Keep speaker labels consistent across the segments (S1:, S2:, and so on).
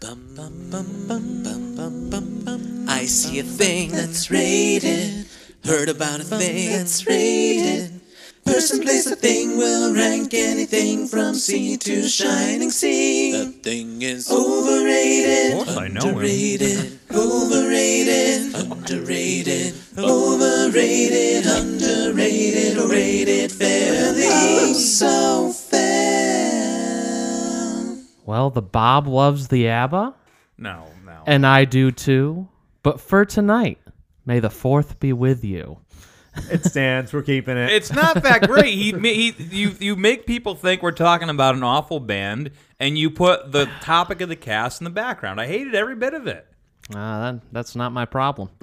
S1: Bum, bum, bum, bum, bum, bum, bum, bum. I see a thing that's rated. Heard about a thing that's rated. Person, place, a thing will rank anything from C to shining C. The thing is overrated.
S2: Of course I know him.
S1: Underrated. Overrated. Underrated. Overrated. Underrated. Or rated fairly. Oh, so fair.
S3: Well, the Bob loves the ABBA,
S2: No, no.
S3: and I do too. But for tonight, may the fourth be with you.
S4: It stands. We're keeping it.
S2: It's not that great. He, he, you, you make people think we're talking about an awful band, and you put the topic of the cast in the background. I hated every bit of it.
S3: Uh, that, that's not my problem.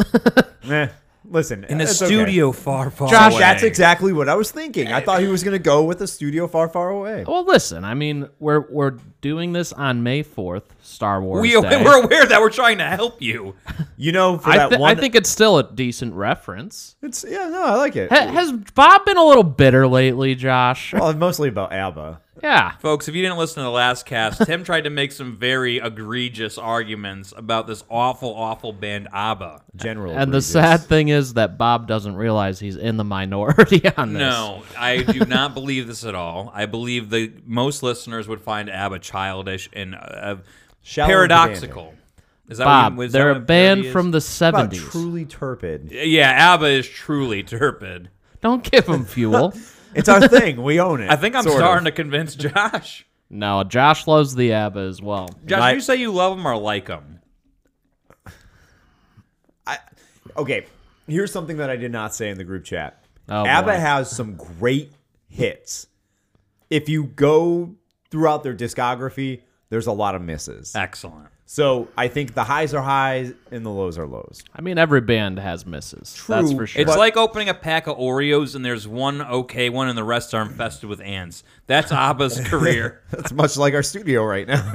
S4: Eh, listen,
S2: In a
S4: it's okay.
S2: studio far, far
S4: Josh,
S2: away.
S4: that's exactly what I was thinking. I thought he was going to go with a studio far, far away.
S3: well, listen, I mean, we're we're doing this on May fourth, Star Wars
S2: We,
S3: Day.
S2: we're aware that we're trying to help you.
S4: You know, for
S3: I,
S4: that
S3: thi-
S4: one,
S3: I think it's still a decent reference.
S4: it's yeah, no, I like it.
S3: Ha- has Bob been a little bitter lately, Josh?
S4: well, mostly about ABBA.
S3: Yeah.
S2: Folks, if you didn't listen to the last cast, Tim tried to make some very egregious arguments about this awful, awful band ABBA.
S4: General.
S3: And the
S4: egregious.
S3: sad thing is that Bob doesn't realize he's in the minority on this.
S2: No, I do not believe this at all. I believe the most listeners would find ABBA childish and uh,
S4: Shallow
S2: paradoxical. Is that
S3: Bob,
S2: what you- is that
S3: they're a
S2: what
S3: band
S2: parody is?
S3: from the
S4: How about
S3: 70s.
S4: truly turpid.
S2: Yeah, ABBA is truly turpid.
S3: Don't give them fuel.
S4: It's our thing. We own it.
S2: I think I'm
S4: sort of.
S2: starting to convince Josh.
S3: no, Josh loves the ABBA as well.
S2: Josh,
S4: My-
S2: you say you love them or like them?
S4: Okay, here's something that I did not say in the group chat.
S3: Oh,
S4: ABBA
S3: boy.
S4: has some great hits. If you go throughout their discography, there's a lot of misses.
S2: Excellent.
S4: So I think the highs are highs and the lows are lows.
S3: I mean, every band has misses.
S4: True,
S3: That's for sure.
S2: It's like opening a pack of Oreos and there's one okay one and the rest are infested with ants. That's ABBA's career.
S4: That's much like our studio right now.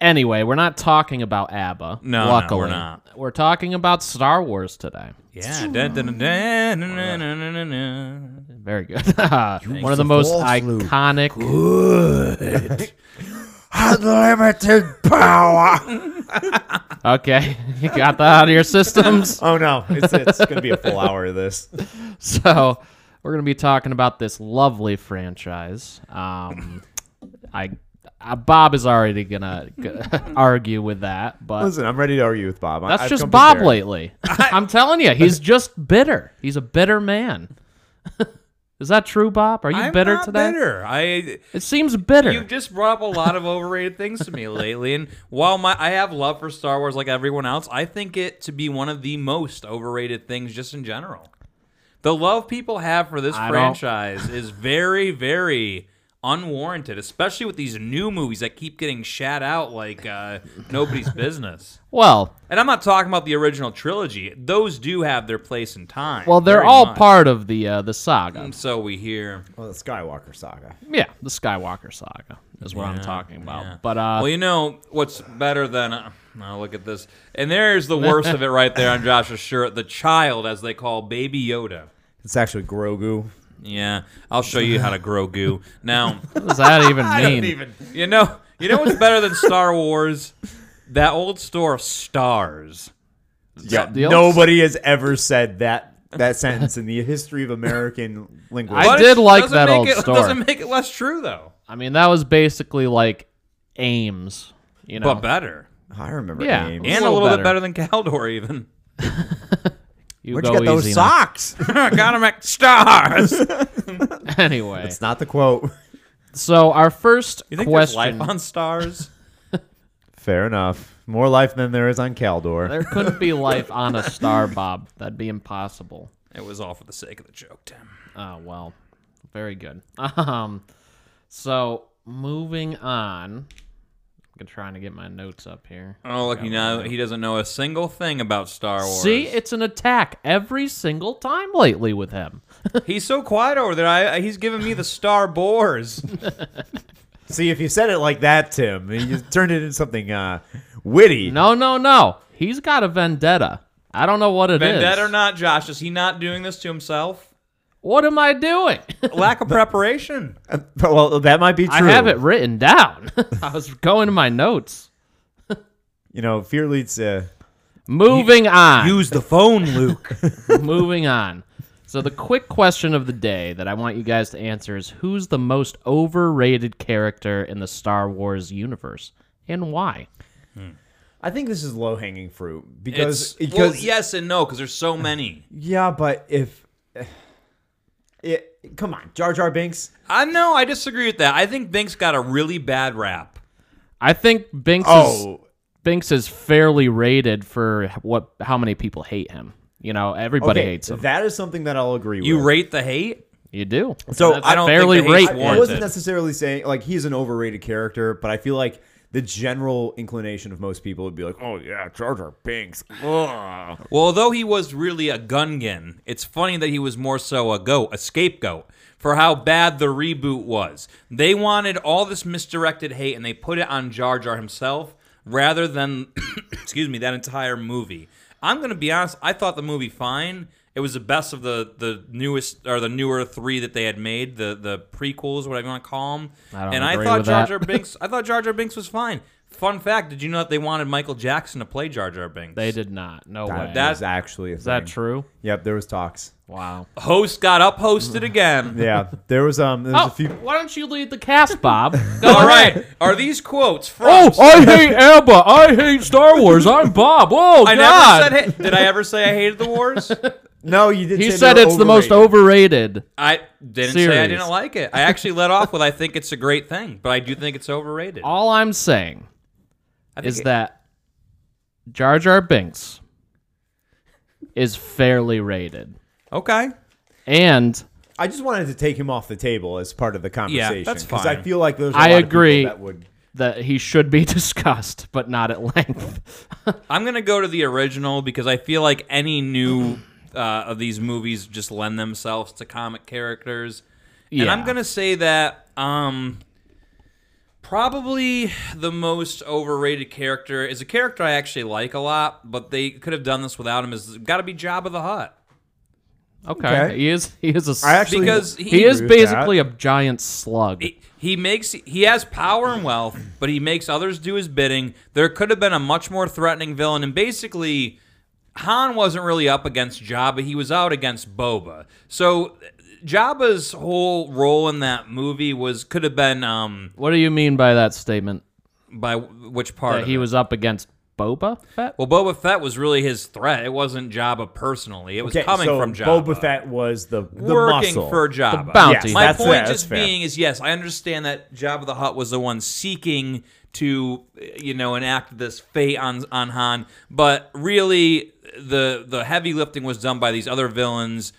S3: anyway, we're not talking about ABBA.
S2: No, no,
S3: luckily.
S2: we're not.
S3: We're talking about Star Wars today.
S2: Yeah. Dun, dun, dun, dun, dun, dun, dun, dun, dun.
S3: Very good. One of the most iconic.
S4: Unlimited power.
S3: Okay, you got that out of your systems.
S4: Oh no, it's it's gonna be a full hour of this.
S3: So we're gonna be talking about this lovely franchise. Um, I, uh Bob is already gonna g- argue with that, but
S4: Listen, I'm ready to argue with Bob. I-
S3: that's
S4: I've
S3: just
S4: come
S3: Bob
S4: prepared.
S3: lately. I'm telling you, he's just bitter. He's a bitter man. is that true, Bob? Are you
S2: I'm
S3: bitter
S2: not
S3: today?
S2: Bitter. I
S3: It seems bitter.
S2: You've just brought up a lot of overrated things to me lately, and while my I have love for Star Wars like everyone else, I think it to be one of the most overrated things just in general. The love people have for this
S3: I don't-
S2: franchise is very, very unwarranted, especially with these new movies that keep getting shat out like uh, nobody's business.
S3: well,
S2: And I'm not talking about the original trilogy; those do have their place in time.
S3: well, they're
S2: very
S3: all
S2: much. Mm.
S3: part of the uh, the saga.
S2: And so we hear.
S4: Well, the Skywalker saga.
S3: Yeah, the Skywalker saga is what I'm talking about.
S2: Yeah.
S3: But uh,
S2: well, you know what's better than uh, now look at this, and there's the worst of it right there on Josh's shirt. The child, as they call Baby Yoda.
S4: It's actually Grogu.
S2: Yeah, I'll show you how to grow goo. Now,
S3: what does that even mean?
S2: you know, you know what's better than Star Wars? That old store Stars.
S4: Yeah,
S3: deal?
S4: nobody has ever said that that sentence in the history of American language.
S3: I
S2: But
S3: did
S2: it
S3: like
S2: doesn't
S3: that
S2: make
S3: old
S2: it,
S3: store.
S2: Doesn't make it less true though,
S3: I mean, that was basically like Ames, you know.
S2: but better
S4: I remember
S3: Yeah.
S4: names.
S3: Yeah.
S2: and a
S3: little
S2: little bit better
S3: better.
S2: than Caldor even.
S3: you
S4: Where'd you
S3: go
S4: get those
S3: easy now.
S4: socks?
S2: Got him at Stars.
S3: Anyway,
S4: it's not the quote.
S3: so our first
S2: You think there's life
S3: question.
S2: on Stars?
S4: Fair enough. More life than there is on Caldor.
S3: there couldn't be life on a star, Bob. That'd be impossible.
S2: It was all for the sake of the joke, Tim.
S3: Oh well, very good. Um, so moving on. I'm trying to get my notes up here.
S2: Oh, look, you know, he doesn't know a single thing about Star Wars.
S3: See, it's an attack every single time lately with him.
S2: he's so quiet over there. I, he's giving me the Star Bores.
S4: See, if you said it like that, Tim, you turned it into something uh, witty.
S3: No, no, no. He's got a vendetta. I don't know what it is.
S2: Vendetta or not, Josh, is he not doing this to himself?
S3: What am I doing?
S2: Lack of preparation.
S4: But, well, that Uh, might be true.
S3: I have it written down. I was going to my notes.
S4: you know, fear leads to
S3: Moving on.
S2: Use the phone, Luke.
S3: Moving on. So the quick question of the day that I want you guys to answer is who's the most overrated character in the Star Wars universe and why?
S4: I think this is low hanging fruit because
S2: It's-
S4: because
S2: well, yes and no, because there's so many.
S4: yeah, but if it come on, Jar Jar Binks,
S2: I know. I disagree with that. I think Binks got a really bad rap.
S3: I think Binks is
S4: Oh.
S3: Binks is fairly rated for what how many people hate him. You know, everybody
S4: okay,
S3: hates him.
S4: that is something that I'll agree
S2: You
S4: with.
S2: rate the hate?
S3: you do.
S4: So
S2: That's
S4: I
S2: don't
S3: fairly
S2: think the hate's
S3: rate-
S4: I
S2: warranted.
S4: wasn't necessarily saying like he's an overrated character, but I feel like the general inclination of most people would be like, "Oh yeah, Jar Jar Binks." Ugh.
S2: Well, although he was really a gungan, it's funny that he was more so a goat, a scapegoat for how bad the reboot was. They wanted all this misdirected hate and they put it on Jar Jar himself rather than excuse me, that entire movie. I'm going to be honest, I thought the movie fine. It was the best of the the newest or the newer 3 that they had made, the the prequels, whatever you want to call them.
S3: I don't
S2: and I
S3: agree
S2: thought
S3: with
S2: Jar
S3: that.
S2: Jar Binks I thought Jar Jar Binks was fine. Fun fact, did you know that they wanted Michael Jackson to play Jar Jar Binks?
S3: They did not. No way.
S2: that-
S4: That is actually a
S3: is that true?
S4: Yep, there was talks.
S3: Wow.
S2: host got up hosted again.
S4: Yeah, there was um, there was
S3: Oh,
S4: a few.
S3: why don't you lead the cast, Bob? Go
S2: All right, are these quotes from?
S3: I hate Abba. I hate Star Wars. I'm Bob. Oh,
S2: I never said. Hey, did I ever say I hated the wars?
S4: No, you did.
S3: he
S4: say
S3: said
S4: they're
S3: it's the most
S4: overrated.
S3: overrated.
S2: I didn't say I
S3: Series.
S2: didn't like it. I actually let off with I think it's a great thing, but I do think it's overrated.
S3: All I'm saying
S2: I think
S3: is
S2: it-
S3: that Jar Jar Binks is fairly rated.
S2: okay?
S3: And
S4: I just wanted to take him off the table as part of the conversation.
S2: that's
S4: Because I
S2: fine.
S4: feel like there's. a
S3: I
S4: lot of people
S3: agree.
S4: that would.
S3: that he should be discussed, but not at length.
S2: I'm gonna go to the original because I feel like any new uh, of these movies just lend themselves to comic characters, and I'm
S3: Yeah.
S2: gonna say that um, probably the most overrated character is a character I actually like a lot, but they could have done this without him. Is got to be Jabba the Hutt
S3: Okay.
S4: Okay.
S3: He is he is a s-
S4: I actually
S2: because he,
S3: he, is
S4: agree with that.
S3: basically a giant slug.
S2: he- he makes he has power and wealth, but he makes others do his bidding. There could have been a much more threatening villain, and basically, Han wasn't really up against Jabba; he was out against Boba. So, Jabba's whole role in that movie was could have been um
S3: What do you mean by that statement?
S2: by which part
S3: That
S2: of
S3: he
S2: it?
S3: was up against Boba Fett?
S2: Well, Boba Fett was really his threat. It wasn't Jabba personally. It was
S4: Okay,
S2: coming
S4: so
S2: from Jabba.
S4: Boba Fett was the the
S2: working
S4: muscle.
S2: for Jabba.
S3: bounty. Yes,
S2: My
S4: that's-
S2: point
S4: that's
S2: just
S4: fair.
S2: being is yes, I understand that Jabba the Hutt was the one seeking to you know enact this fate on on Han, but really the the heavy lifting was done by these other villains.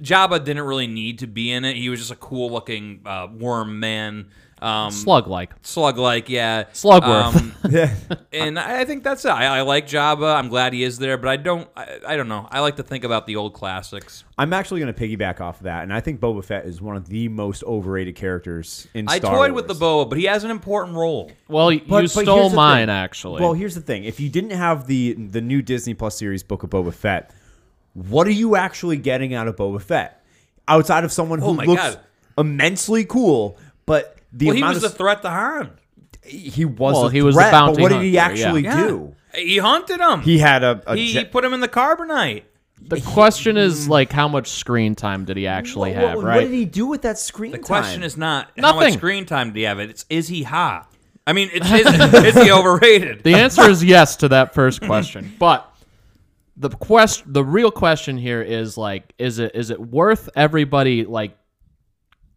S2: Jabba didn't really need to be in it. He was just a cool looking uh, worm man. Um,
S3: Slug like.
S2: Slug like, yeah. Um,
S3: Slugworth.
S4: Yeah.
S2: and I I think that's it. I, I like Jabba. I'm glad he is there, but I don't. I, I don't know. I like to think about the old classics.
S4: I'm actually going to piggyback off of that, and I think Boba Fett is one of the most overrated characters in
S2: I
S4: Star
S2: toyed
S4: Wars.
S2: with the boa, but he has an important role.
S3: Well, y-
S4: But-
S3: you
S4: but
S3: stole
S4: here's the
S3: mine,
S4: thing.
S3: actually.
S4: Well, here's the thing: if you didn't have the the new Disney Plus series Book of Boba Fett, what are you actually getting out of Boba Fett outside of someone who
S2: Oh my
S4: looks
S2: God.
S4: immensely cool? But the
S2: Well, he
S4: amount
S2: was a
S4: of
S2: threat to Han.
S4: he was
S3: Well,
S4: a
S3: he was a
S4: threat,
S3: bounty
S4: but what did he
S3: hunter,
S4: actually
S3: yeah.
S4: do?
S2: He hunted him.
S4: He had a, a
S2: he
S4: jet-
S2: put him in the carbonite.
S3: the question is like how much screen time did he actually
S4: what,
S3: have,
S4: Mm. what-
S3: right?
S4: What did he do with that screen?
S2: The question is not how much
S3: Nothing.
S2: screen time did he have. It. It's is he hot? I mean, it's is, is he overrated?
S3: The answer is yes to that first question. But the quest the real question here is like is it is it worth everybody like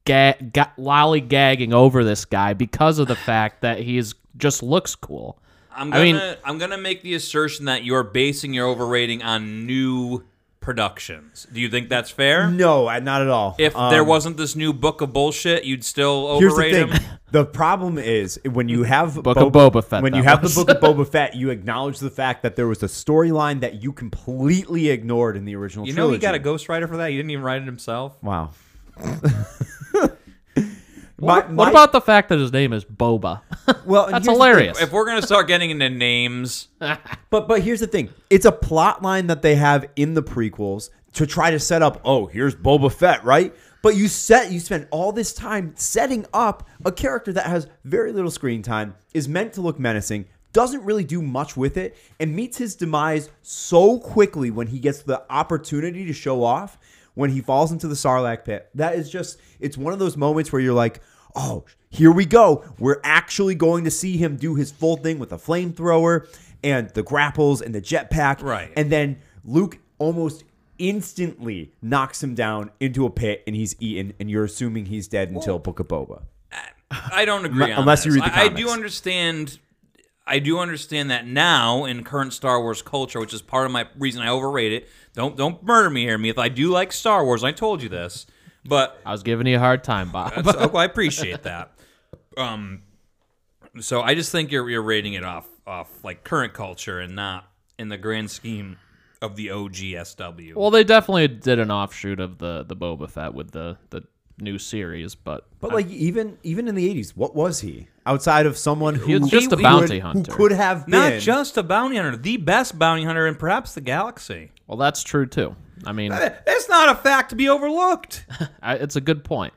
S3: ga- ga- lollygagging over this guy because of the fact that he's just looks cool.
S2: I'm
S3: I
S2: gonna I
S3: mean-
S2: am gonna make the assertion that you're basing your overrating on new productions. Do you think that's fair?
S4: no, I- not at all.
S2: If
S4: Um,
S2: there wasn't this new book of bullshit, you'd still
S4: Here's the
S2: overrate
S4: thing.
S2: him.
S4: The problem is when you have
S3: Book of Boba Fett,
S4: When
S3: that
S4: you have
S3: was.
S4: the Book of Boba Fett, you acknowledge the fact that there was a storyline that you completely ignored in the original
S2: You know
S4: trilogy.
S2: he got a ghostwriter for that. He didn't even write it himself.
S4: Wow.
S3: What, what about the fact that his name is Boba?
S4: well?
S3: That's
S4: here's the thing.
S3: hilarious.
S2: If we're gonna start getting into names,
S4: But but here's the thing. It's a plot line that they have in the prequels to try to set up, oh, here's Boba Fett, right? But you set you spend all this time setting up a character that has very little screen time, is meant to look menacing, doesn't really do much with it and meets his demise so quickly when he gets the opportunity to show off when he falls into the Sarlacc pit. That is just, it's one of those moments where you're like, oh, here we go. We're actually going to see him do his full thing with the flamethrower and the grapples and the jetpack.
S2: Right.
S4: And then Luke almost instantly knocks him down into a pit and he's eaten and you're assuming he's dead until Book of Boba.
S2: I don't agree on
S4: unless you
S2: this.
S4: read the
S2: I, I
S4: comics.
S2: do understand. I do understand that now in current Star Wars culture, which is part of my reason I overrate it. Don't don't murder me here, me. If I do like Star Wars, I told you this, but
S3: I was giving you a hard time, Bob.
S2: that's, oh, I appreciate that. Um, so I just think you're you're rating it off off like current culture and not in the grand scheme of the OGSW.
S3: Well, they definitely did an offshoot of the the Boba Fett with the the new series, but
S4: But like even even in the 80s, what was he? Outside of someone who
S3: It's just a
S4: who
S3: bounty
S4: could-
S3: hunter.
S4: Who could have been
S2: not just a bounty hunter, the best bounty hunter in perhaps the galaxy.
S3: well, that's true too. I mean,
S2: That's not a fact to be overlooked.
S3: I, it's a good point.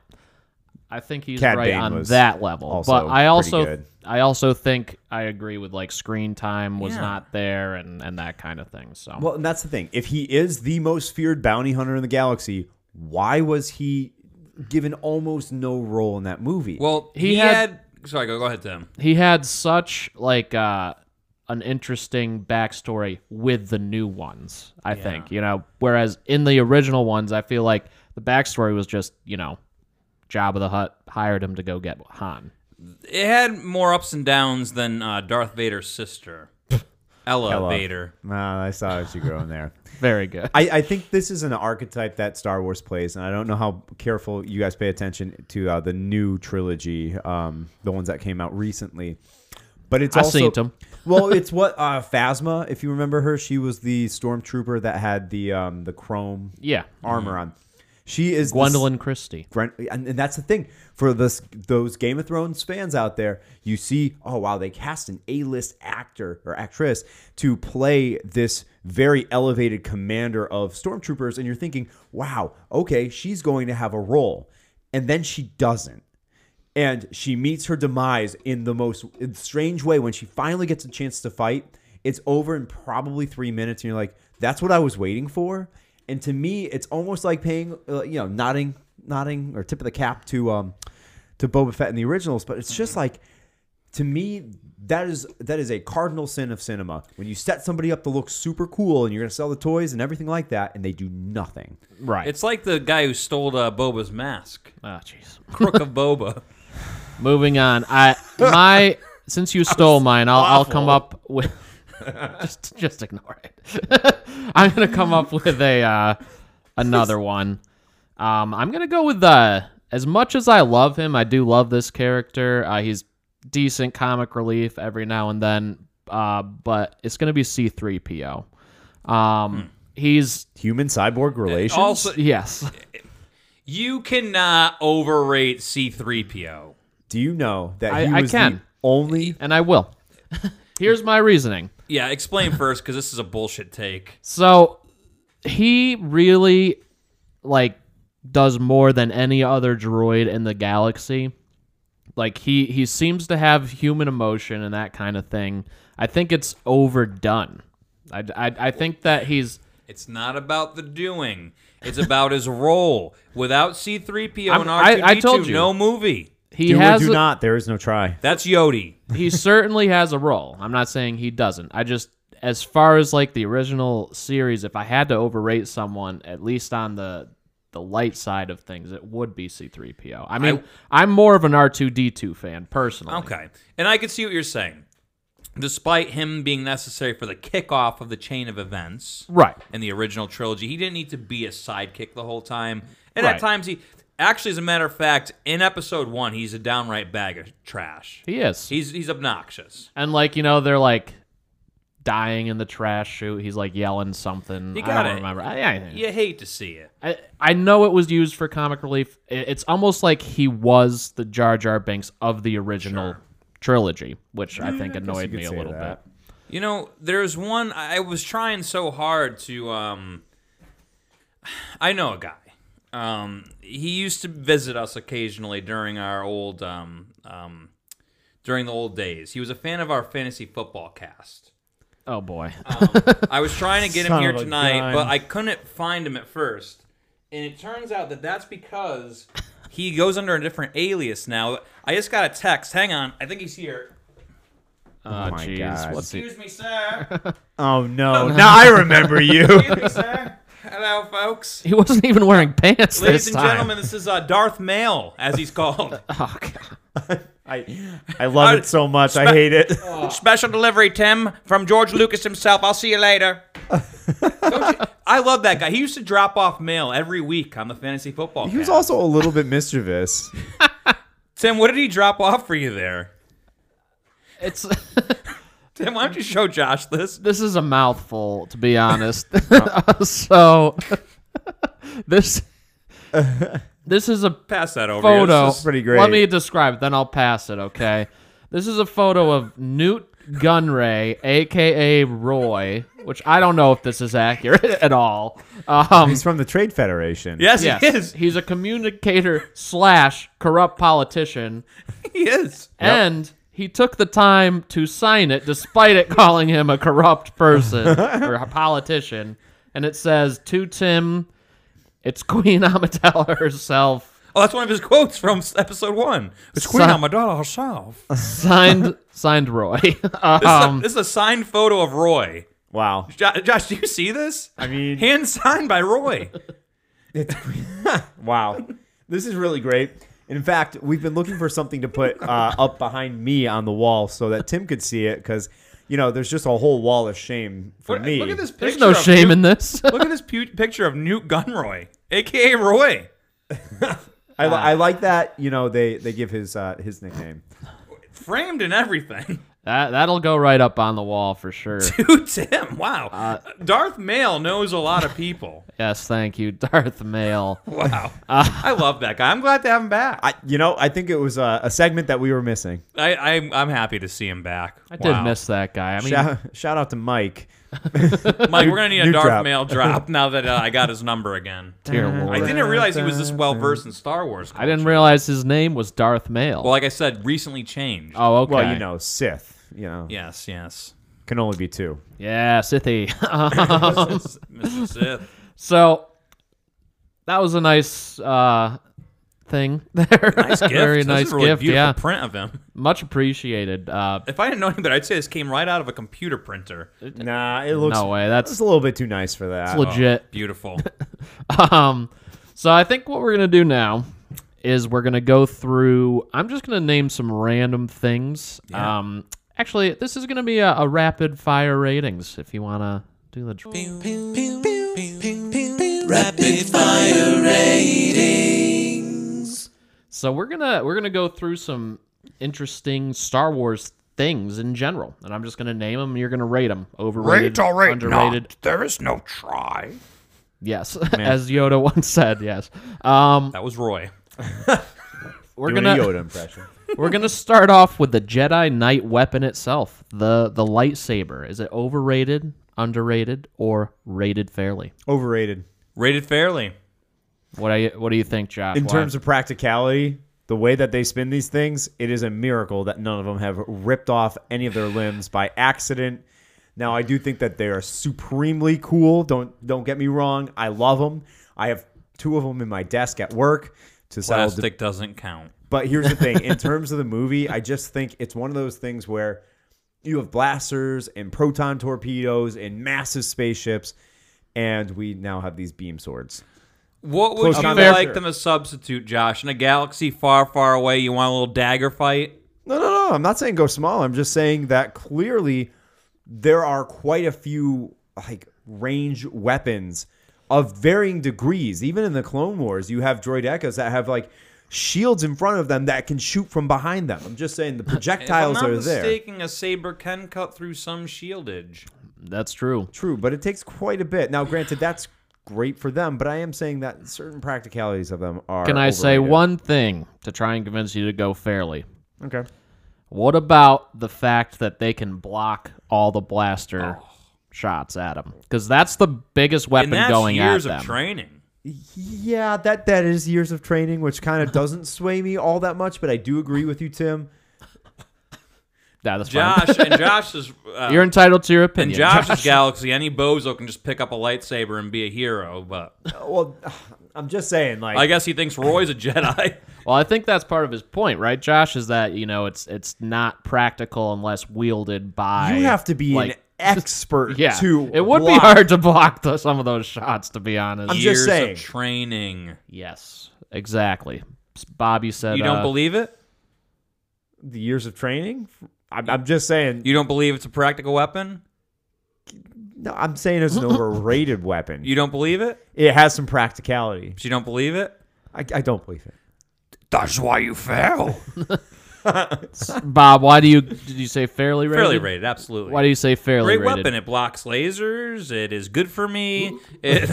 S3: I think he's
S4: Cad
S3: right
S4: Bane
S3: on
S4: was
S3: that level,
S4: also
S3: but
S4: pretty
S3: I also
S4: good.
S3: I also think I agree with like screen time was
S2: Yeah.
S3: not there and and that kind of thing. So
S4: Well, and that's the thing. If he is the most feared bounty hunter in the galaxy, why was he given almost no role in that movie?
S2: Well, he,
S3: He
S2: had,
S3: had-
S2: Sorry, go, go ahead, Tim.
S3: he had such like uh an interesting backstory with the new ones i think you know whereas in the original ones i feel like the backstory was just you know job of the hut hired him to go get han
S2: It had more ups and downs than uh, Darth Vader's sister, Ella,
S4: Ella.
S2: Vader.
S4: Nah, I saw what you go in there.
S3: very good
S4: I, I think this is an archetype that Star Wars plays, and I don't know how careful you guys pay attention to uh, the new trilogy, um, the ones that came out recently. But it's
S3: I
S4: also
S3: seen 'em.
S4: well, it's what uh, Phasma, if you remember her, she was the stormtrooper that had the um, the chrome
S3: yeah Mm-hmm.
S4: armor on. She is the
S3: gwendolyn christie
S4: Brent, and, and that's the thing for this those Game of Thrones fans out there. You see, oh wow, they cast an A list actor or actress to play this very elevated commander of stormtroopers, and you're thinking, wow, okay, she's going to have a role, and then she doesn't. And she meets her demise in the most strange way when she finally gets a chance to fight. It's over in probably three minutes, and you're like, "That's what I was waiting for." And to me, it's almost like paying, uh, you know, nodding, nodding, or tip of the cap to um, to Boba Fett in the originals. But it's just like, to me, that is that is a cardinal sin of cinema when you set somebody up to look super cool and you're gonna sell the toys and everything like that, and they do nothing.
S3: right
S2: It's like the guy who stole uh, Boba's mask,
S3: oh jeez
S2: Crook of Boba.
S3: moving on i my since you stole mine i'll, I'll come up with just just ignore it i'm gonna come up with a uh, another one um i'm gonna go with uh as much as i love him i do love this character uh, he's decent comic relief every now and then uh but it's gonna be c3po um he's
S4: Human cyborg relations.
S2: Also,
S3: yes
S2: you cannot overrate C-3PO.
S4: do you know that
S3: I-
S4: he
S3: I
S4: was the
S3: can.
S4: only
S3: and i will here's my reasoning
S2: Yeah, explain first because this is a bullshit take.
S3: So he really like does more than any other droid in the galaxy. Like he he seems to have human emotion and that kind of thing. I think it's overdone. I I, I think that he's
S2: It's not about the doing. It's about his role. Without C-3PO
S3: I'm-
S2: and
S3: I-
S2: R2-D2,
S3: I told you.
S2: no movie.
S3: he
S4: do or
S3: has
S4: do
S3: a-
S4: not. There is no try.
S2: That's Yodi.
S3: he certainly has a role. I'm not saying he doesn't. I just as far as like the original series, if I had to overrate someone, at least on the the light side of things, it would be C3PO. I mean, I, am more of an R2D2 fan personally.
S2: Okay. And I can see what you're saying. Despite him being necessary for the kickoff of the chain of events
S3: Right.
S2: in the original trilogy, he didn't need to be a sidekick the whole time. And at
S3: Right.
S2: times he actually as a matter of fact, in episode 1, he's a downright bag of trash.
S3: He is.
S2: He's he's obnoxious.
S3: and like, you know, they're like dying in the trash chute. He's like yelling something.
S2: You
S3: I
S2: got
S3: don't
S2: it.
S3: remember. I, I,
S2: You hate to see it.
S3: I, I know it was used for comic relief. I- It's almost like he was the Jar Jar Binks of the original trilogy, which I think annoyed
S4: could
S3: me a
S4: say
S3: little
S4: that.
S3: bit.
S2: You know, there's one I I was trying so hard to um I know a guy. Um he used to visit us occasionally during our old um um during the old days. He was a fan of our fantasy football cast.
S3: Oh boy.
S2: I was trying to get him
S5: Son
S2: here
S5: of a
S2: tonight,
S5: gun.
S2: but I couldn't find him at first. And it turns out that that's because he goes under a different alias now. I just got a text. Hang on. I think he's here.
S3: Oh
S4: my
S3: jeez.
S4: God.
S3: What's he?
S2: Excuse me, sir.
S5: Oh no! now I remember you.
S2: Excuse me, sir. Hello, folks.
S3: He wasn't even wearing pants
S2: Ladies
S3: this
S2: and
S3: time.
S2: gentlemen, this is uh, Darth Mail, as he's called.
S3: Oh, God.
S5: I I love it so much. I hate it.
S2: Special delivery, Tim, from George Lucas himself. I'll see you later. Don't you- I love that guy. He used to drop off mail every week on the fantasy football.
S4: He was
S2: cast.
S4: also a little bit mischievous.
S2: Tim, what did he drop off for you there?
S3: It's
S2: Tim, why don't you show Josh this?
S3: this is a mouthful to be honest. so this this is a
S2: Pass that over. here.
S3: photo.
S2: This is-
S4: pretty great.
S3: Let me describe, it, then I'll pass it. Okay. This is a photo of Newt Gunray, aka Roy, which I don't know if this is accurate at all. Um,
S4: He's from the Trade Federation.
S2: yes,
S3: yes,
S2: he is.
S3: he's a communicator slash corrupt politician,
S2: He is.
S3: and he took the time to sign it, despite it calling him a corrupt person or a politician. And it says to Tim, it's Queen Amidala herself.
S2: Oh, that's one of his quotes from s- episode one. It's Queen
S3: Son-
S2: Amidala herself. This,
S3: signed signed Roy.
S2: is a,
S3: um,
S2: this is a signed photo of Roy.
S4: Wow.
S2: Jo- Josh, do you see this?
S5: I mean,
S2: Hand signed by Roy.
S4: Wow. This is really great. In fact, we've been looking for something to put uh, up behind me on the wall so that Tim could see it because, you know, there's just a whole wall of shame for
S2: Look-
S4: me.
S2: Look at this picture.
S3: there's no
S2: of
S3: shame
S2: Newt-
S3: in this.
S2: Look at this pu- picture of Newt Gunroy, aka Roy.
S4: I, li- I like that, you know, they, they give his uh, his nickname.
S2: Framed and everything.
S3: that that'll go right up on the wall for sure.
S2: Dude, Tim, wow.
S3: Uh,
S2: Darth Mail knows a lot of people.
S3: yes, thank you, Darth Mail.
S2: Wow.
S3: Uh,
S2: I love that guy. I'm glad to have him back.
S4: I, you know, I think it was uh, a, a segment that we were missing.
S2: I, I'm, I'm happy to see him back.
S3: I did miss that guy. I mean,
S4: shout, shout out to Mike.
S2: Mike, we're gonna need a
S4: new
S2: Darth
S4: drop.
S2: Mail drop now that uh, I got his number again.
S3: dear lord,
S2: I didn't realize he was this well versed in Star Wars.
S3: I didn't realize his name was Darth Mail.
S2: Well, like I said, recently changed.
S3: oh, okay.
S4: Well, you know, Sith, you know,
S2: Yes, yes.
S4: can only be two.
S3: yeah, Sithy.
S2: Mr. Sith.
S3: so that was a nice uh, thing there.
S2: Nice gift.
S3: Very
S2: This
S3: nice
S2: is a really
S3: gift.
S2: Beautiful
S3: Yeah,
S2: print of him.
S3: much appreciated. Uh,
S2: If I didn't know him, that I'd say this came right out of a computer printer. It's
S4: Nah, it looks
S3: no way. That's
S4: it's a little bit too nice for that.
S3: legit.
S2: Oh, beautiful.
S3: Um, so I think what we're gonna do now is we're gonna go through. I'm just gonna name some random things. Um, actually, this is gonna be a, a rapid fire ratings. If you wanna do the dr-
S1: Rapid fire ratings.
S3: so we're gonna we're gonna go through some interesting Star Wars things in general, and I'm just gonna name them. And you're gonna rate them overrated, underrated.
S2: There is no try.
S3: Yes, as Yoda once said. Yes. Um,
S2: That was Roy.
S3: we're
S4: Doing
S3: gonna
S4: a Yoda impression.
S3: We're gonna start off with the Jedi Knight weapon itself, the the lightsaber. Is it overrated, underrated, or rated fairly?
S4: Overrated.
S2: Rated fairly.
S3: What do you What do you think, Josh?
S4: In terms of practicality, the way that they spin these things, it is a miracle that none of them have ripped off any of their limbs by accident. Now, I do think that they are supremely cool. Don't don't get me wrong. I love them. I have two of them in my desk at work to settle
S2: Plastic doesn't count.
S4: But here's the thing: in terms of the movie, I just think it's one of those things where you have blasters and proton torpedoes and massive spaceships, and we now have these beam swords.
S2: What would
S4: Close
S2: you
S4: combat.
S2: like them to substitute, Josh? In a galaxy far, far away, you want a little dagger fight?
S4: No, no, no. I'm not saying go small. I'm just saying that clearly there are quite a few like range weapons of varying degrees. Even in the Clone Wars, you have droid echoes that have like shields in front of them that can shoot from behind them. I'm just saying the projectiles
S2: if I'm
S4: are
S2: not
S4: there.
S2: mistaken, a saber can cut through some shieldage.
S3: that's true.
S4: True, but it takes quite a bit. Now, granted, that's great for them, but I am saying that certain practicalities of them are.
S3: Can I say
S4: overrated.
S3: one thing to try and convince you to go fairly?
S4: Okay.
S3: What about the fact that they can block all the blaster shots at them? Because that's the biggest weapon
S2: Oh. And that's
S3: going
S2: years
S3: at
S2: of
S3: them.
S2: training.
S4: Yeah, that that is years of training, which kind of doesn't sway me all that much, but I do agree with you, Tim.
S3: Nah, that's fine.
S2: Josh and Josh is uh,
S3: You're entitled to your
S2: in
S3: opinion.
S2: Josh's galaxy. Any bozo can just pick up a lightsaber and be a hero, but
S4: Well, I'm just saying, like,
S2: I guess he thinks Roy's a Jedi.
S3: Well, I think that's part of his point, right, Josh? Is that you know it's it's not practical unless wielded by.
S4: you have to be an
S3: like,
S4: expert
S3: yeah.
S4: to
S3: it would be
S4: block.
S3: hard to block the, some of those shots, to be honest.
S4: I'm- just
S2: Years
S4: saying.
S2: of training.
S3: yes, exactly. Bobby said.
S2: You don't
S3: uh,
S2: believe it?
S4: the years of training. I'm, I'm just saying.
S2: You don't believe it's a practical weapon?
S4: No, I'm saying it's an overrated weapon.
S2: You don't believe it?
S4: it has some practicality.
S2: But you don't believe it?
S4: I, I don't believe it.
S2: That's why you fail.
S3: Bob, why do you did you say fairly rated?
S2: Fairly rated, absolutely.
S3: Why do you say fairly
S2: Great
S3: rated?
S2: weapon. It blocks lasers. It is good for me. It-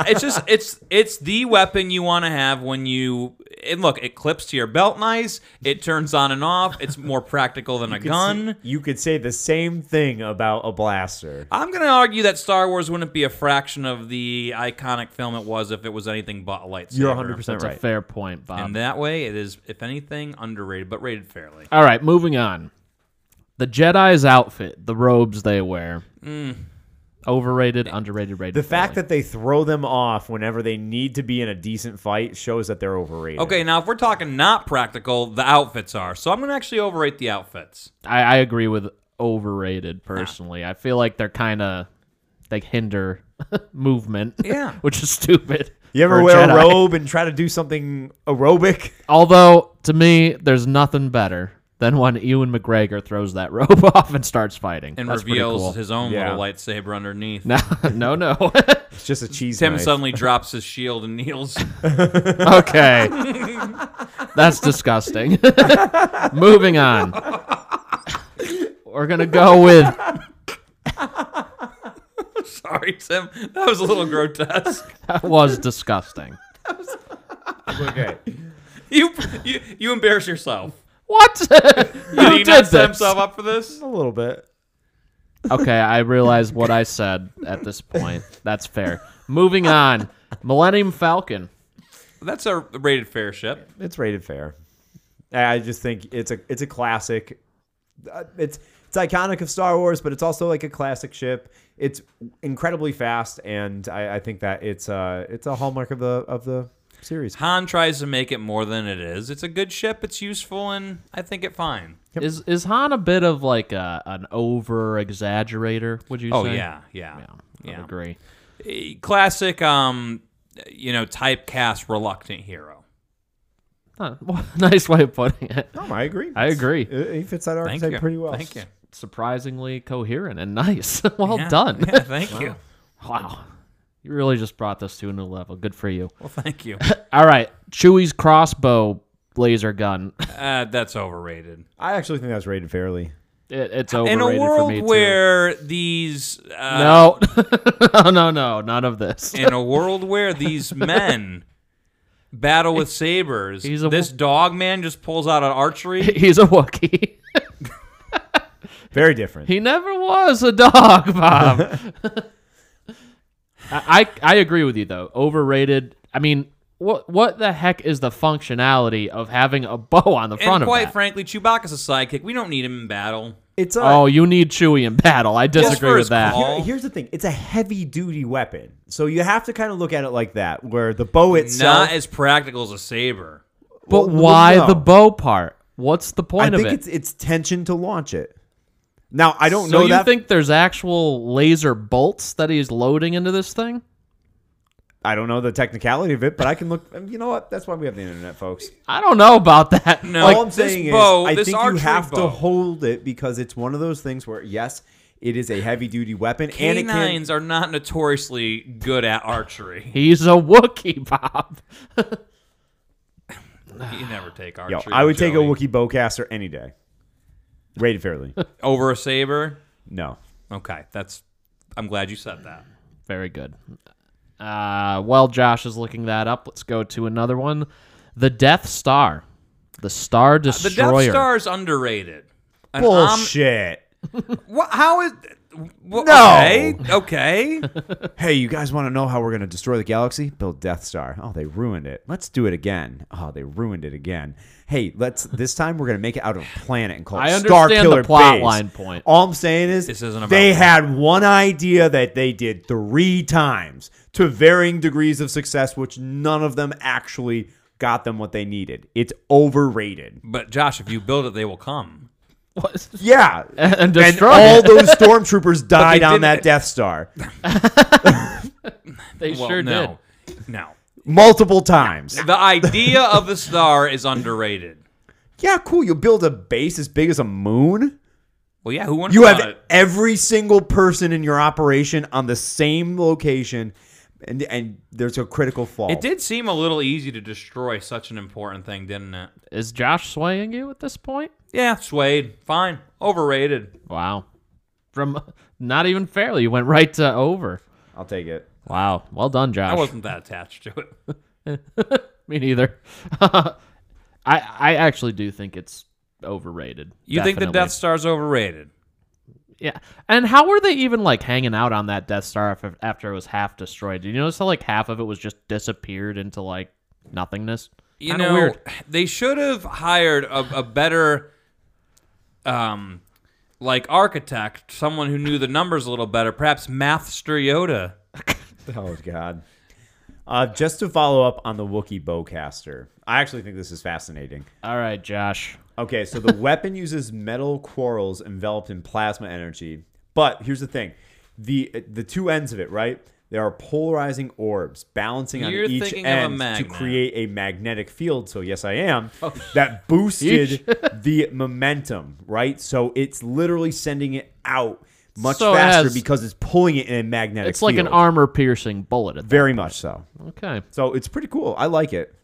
S2: it's just it's it's the weapon you want to have when you and look. It clips to your belt nice. It turns on and off. It's more practical than a gun.
S4: You could say the same thing about a blaster.
S2: I'm gonna argue that Star Wars wouldn't be a fraction of the iconic film it was if it was anything but a lightsaber.
S4: You're 100 percent
S3: That's a
S4: right.
S3: fair point, Bob.
S2: And that way, it is, if anything, underrated but rated fairly.
S3: All right, moving on. The Jedi's outfit, the robes they wear.
S2: Mm.
S3: Overrated, underrated, rated.
S4: The fact
S3: fairly.
S4: that they throw them off whenever they need to be in a decent fight shows that they're overrated.
S2: Okay, now if we're talking not practical, the outfits are. So I'm gonna actually overrate the outfits.
S3: I, I agree with overrated personally. I feel like they're kind of they hinder movement.
S2: Yeah.
S3: which is stupid.
S4: You ever
S3: for
S4: wear
S3: Jedi.
S4: a robe and try to do something aerobic?
S3: Although to me, there's nothing better than when Ewan McGregor throws that robe off and starts fighting
S2: and
S3: That's pretty
S2: reveals
S3: cool.
S2: his own
S4: Yeah.
S2: little lightsaber underneath.
S3: No, no, no.
S4: It's just a cheese.
S2: Tim
S4: knife.
S2: suddenly drops his shield and kneels.
S3: Okay. That's disgusting. Moving on. We're going to go with
S2: Sorry, Tim. That was a little grotesque.
S3: that was disgusting.
S4: Okay.
S2: You you, you embarrass yourself.
S3: What?
S2: Did
S3: you
S2: he
S3: did
S2: not set
S3: this.
S2: himself up for this?
S4: a little bit.
S3: Okay, I realize what I said at this point. That's fair. Moving on. Millennium Falcon.
S2: That's a rated fair ship.
S4: It's rated fair. I I just think it's a it's a classic. Uh, It's it's iconic of Star Wars, but it's also like a classic ship. It's incredibly fast, and I, I think that it's uh it's a hallmark of the of the series.
S2: Han tries to make it more than it is. It's a good ship. It's useful, and I think it fine.
S3: Is is Han a bit of like a, an over exaggerator, would you
S2: Oh
S3: say?
S2: yeah, yeah,
S3: I
S2: yeah.
S3: agree.
S2: A Classic, um, you know, typecast reluctant hero.
S3: Huh, nice way of putting it.
S4: No, I agree.
S3: I agree.
S4: It- He fits that
S2: Thank
S4: archetype
S2: you.
S4: pretty well.
S2: Thank you.
S3: Surprisingly coherent and nice. well
S2: Yeah.
S3: done.
S2: Yeah, thank you.
S3: Wow. You really just brought this to a new level. Good for you.
S2: Well, thank you.
S3: All right. Chewie's crossbow laser gun.
S2: Uh, that's overrated.
S4: I actually think that's rated fairly.
S3: It, it's overrated
S2: in a
S3: for
S2: world
S3: me
S2: where these
S3: too.
S2: uh,
S3: No. no, no, no. None of this.
S2: in a world where these men battle with sabers
S3: He's a
S2: this dog man just pulls out an archery
S3: He's a Wookiee.
S4: Very different.
S3: He never was a dog, Bob. I, I I agree with you though. Overrated. I mean, what what the heck is the functionality of having a bow on the front
S2: and
S3: of
S2: quite
S3: that?
S2: frankly chewbacca's a sidekick we don't need him in battle
S4: It's a,
S3: oh, you need Chewie in battle. I disagree
S2: for
S3: with
S2: his
S3: that.
S2: claw.
S4: Here- here's the thing. It's a heavy duty weapon, so you have to kind of look at it like that, where the bow itself.
S2: not as practical as a saber
S3: But
S4: Well,
S3: why
S4: no.
S3: the bow part? What's the point
S4: I
S3: of
S4: think
S3: it?
S4: it's it's tension to launch it. Now I don't
S3: so
S4: know
S3: you
S4: that.
S3: think there's actual laser bolts that he's loading into this thing?
S4: I don't know the technicality of it, but I can look. You know what? That's why we have the internet, folks.
S3: I don't know about that.
S2: No.
S3: Like,
S4: All I'm
S2: this
S4: saying
S2: bow-
S4: is, I
S2: this
S4: think you
S2: archery
S4: have to
S2: bow.
S4: hold it because it's one of those things where yes, it is a heavy duty weapon, and it can.
S2: canines are not notoriously good at archery
S3: he's a Wookiee, Bob.
S2: you never take archery
S4: Yo, I would take a
S2: Joey.
S4: Wookiee bowcaster any day. Rated fairly.
S2: over a saber
S4: no.
S2: okay that's i'm glad you said that
S3: Very good. Uh, while Josh is looking that up, let's go to another one. The Death Star. The Star
S2: Uh, the
S3: Destroyer.
S2: death star is underrated An om-
S4: Bullshit.
S2: What? How is? Well,
S4: No.
S2: Okay. okay.
S4: Hey, you guys want to know how we're going to destroy the galaxy? Build Death Star. Oh, they ruined it. Let's do it again. Oh, they ruined it again. Hey, let's this time we're going to make it out of a planet and call it
S3: I
S4: Star
S3: understand the
S4: Killer
S3: plot
S4: Base.
S3: line point.
S4: All I'm saying is
S2: This isn't about
S4: they
S2: that.
S4: had one idea that they did 3 times to varying degrees of success which none of them actually got them what they needed. It's overrated.
S2: But Josh, if you build it, they will come.
S4: Yeah.
S3: and
S4: And
S3: destroy
S4: all
S3: it.
S4: those stormtroopers died on
S2: didn't-
S4: that Death Star
S3: They
S2: Well,
S3: sure did.
S2: no. No.
S4: multiple times.
S2: The idea of the star is underrated.
S4: Yeah, cool. You build a base as big as a moon.
S2: Well, yeah. Who wants
S4: You have
S2: about it?
S4: every single person in your operation on the same location, and and there's a critical flaw.
S2: It did seem a little easy to destroy such an important thing, didn't it?
S3: Is Josh swaying you at this point?
S2: Yeah, Suede. Fine. Overrated.
S3: Wow. From not even fairly, you went right to over.
S4: I'll take it.
S3: Wow. Well done, Josh.
S2: I wasn't that attached to it.
S3: Me neither. I I actually do think it's overrated.
S2: You think the
S3: definitely.
S2: Death Star's overrated?
S3: Yeah. And how were they even like hanging out on that Death Star af- after it was half destroyed? Did you notice how like half of it was just disappeared into like nothingness?
S2: You
S3: Kinda
S2: know,
S3: weird.
S2: they should have hired a, a better, um, like architect, someone who knew the numbers a little better. Perhaps Mathster Yoda.
S4: Oh God. Uh, just to follow up on the Wookiee bowcaster, I actually think this is fascinating.
S3: All right, Josh.
S4: Okay, so the weapon uses metal quarrels enveloped in plasma energy. But here's the thing: the the two ends of it, right? There are polarizing orbs balancing
S2: You're
S4: on each
S2: thinking of a
S4: end to
S2: magnet.
S4: create a magnetic field. So yes, I am.
S3: Oh.
S4: That boosted the momentum, right? So it's literally sending it out much
S3: So it
S4: faster
S3: has-
S4: because it's pulling it in a magnetic.
S3: It's like an
S4: field.
S3: armor piercing bullet. At that.
S4: Very much so.
S3: Okay.
S4: So it's pretty cool. I like it.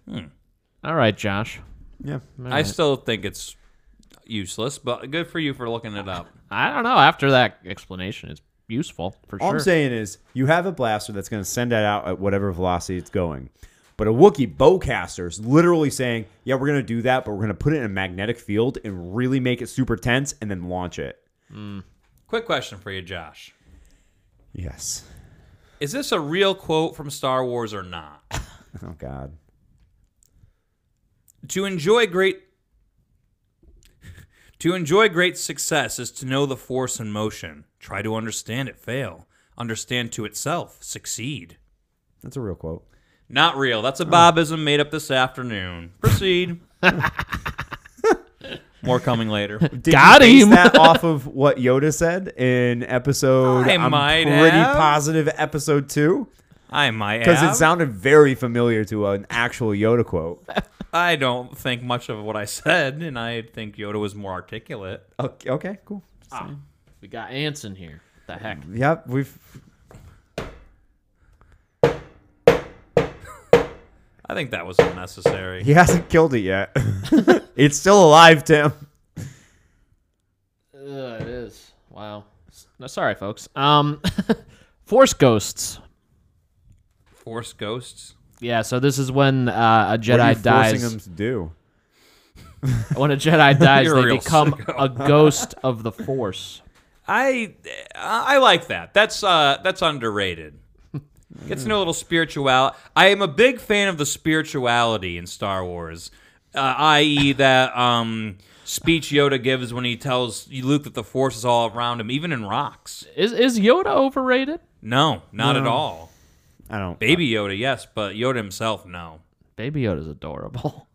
S3: All right, Josh.
S4: Yeah.
S2: I still think it's useless, but good for you for looking it up.
S3: I don't know. After that explanation, it's useful for
S4: All
S3: sure.
S4: I'm saying is you have a blaster that's going to send that out at whatever velocity it's going. But a Wookiee bowcaster is literally saying, yeah, we're going to do that, but we're going to put it in a magnetic field and really make it super tense and then launch it.
S2: Quick question for you, Josh.
S4: Yes.
S2: Is this a real quote from Star Wars or not?
S4: Oh, God.
S2: to enjoy great to enjoy great success is to know the force in motion try to understand it fail understand to itself succeed
S4: That's a real quote.
S2: not real that's a bobism made up this afternoon proceed more coming later
S4: Did
S3: Got
S4: you base
S3: him.
S4: that off of what Yoda said in episode,
S2: I
S4: I'm
S2: might
S4: pretty
S2: have.
S4: positive, episode two?
S2: i might
S4: Because
S2: have
S4: it sounded very familiar to an actual Yoda quote.
S2: i don't think much of what i said and i think yoda was more articulate
S4: okay, okay, cool.
S3: Ah. we got ants in here. The heck.
S4: Yep, we've
S2: i think that was unnecessary
S4: He hasn't killed it yet. it's still alive, Tim.
S3: Ugh, it is. Wow. S- No, sorry, folks. Um, Force ghosts.
S2: force ghosts
S3: Yeah. So this is when uh, a
S4: What are you
S3: Jedi dies.
S4: Forcing him to do.
S3: when a Jedi dies,
S2: You're a
S3: they
S2: real
S3: become
S2: sicko.
S3: a ghost of the Force.
S2: I I like that. That's uh that's underrated. Gets into a little spirituality. I am a big fan of the spirituality in Star Wars, uh, i.e. that um speech Yoda gives when he tells Luke that the Force is all around him, even in rocks.
S3: Is is Yoda overrated?
S2: No, not at all.
S4: I don't.
S2: Baby Yoda, yes, but Yoda himself, no.
S3: Baby Yoda's adorable.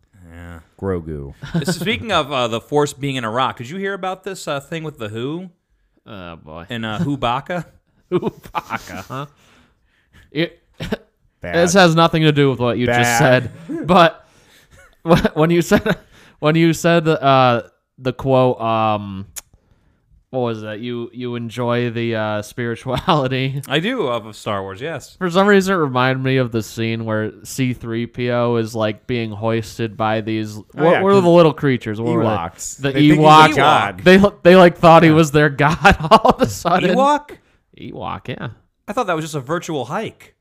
S4: Grogu.
S2: Speaking of uh, the Force being in a rock, did you hear about this uh, thing with the Who
S3: Oh boy.
S2: and uh, Hubaka?
S3: Chewbacca, huh? It-
S4: Bad.
S3: this has nothing to do with what you just
S4: Bad.
S3: said, but wh- when you said when you said uh, the quote, um, what was that? You you enjoy the uh, spirituality.
S2: I do of of Star Wars, yes.
S3: For some reason, it reminded me of the scene where C-3PO is like being hoisted by these. What
S4: Oh, yeah,
S3: were
S4: 'cause
S3: the little creatures? What were they?
S4: Ewoks.
S3: The
S4: They think he's a
S3: Ewok.
S4: god.
S3: They they like thought he was their god all of a sudden.
S2: Ewok?
S3: Ewok. Yeah.
S2: I thought that was just a virtual hike.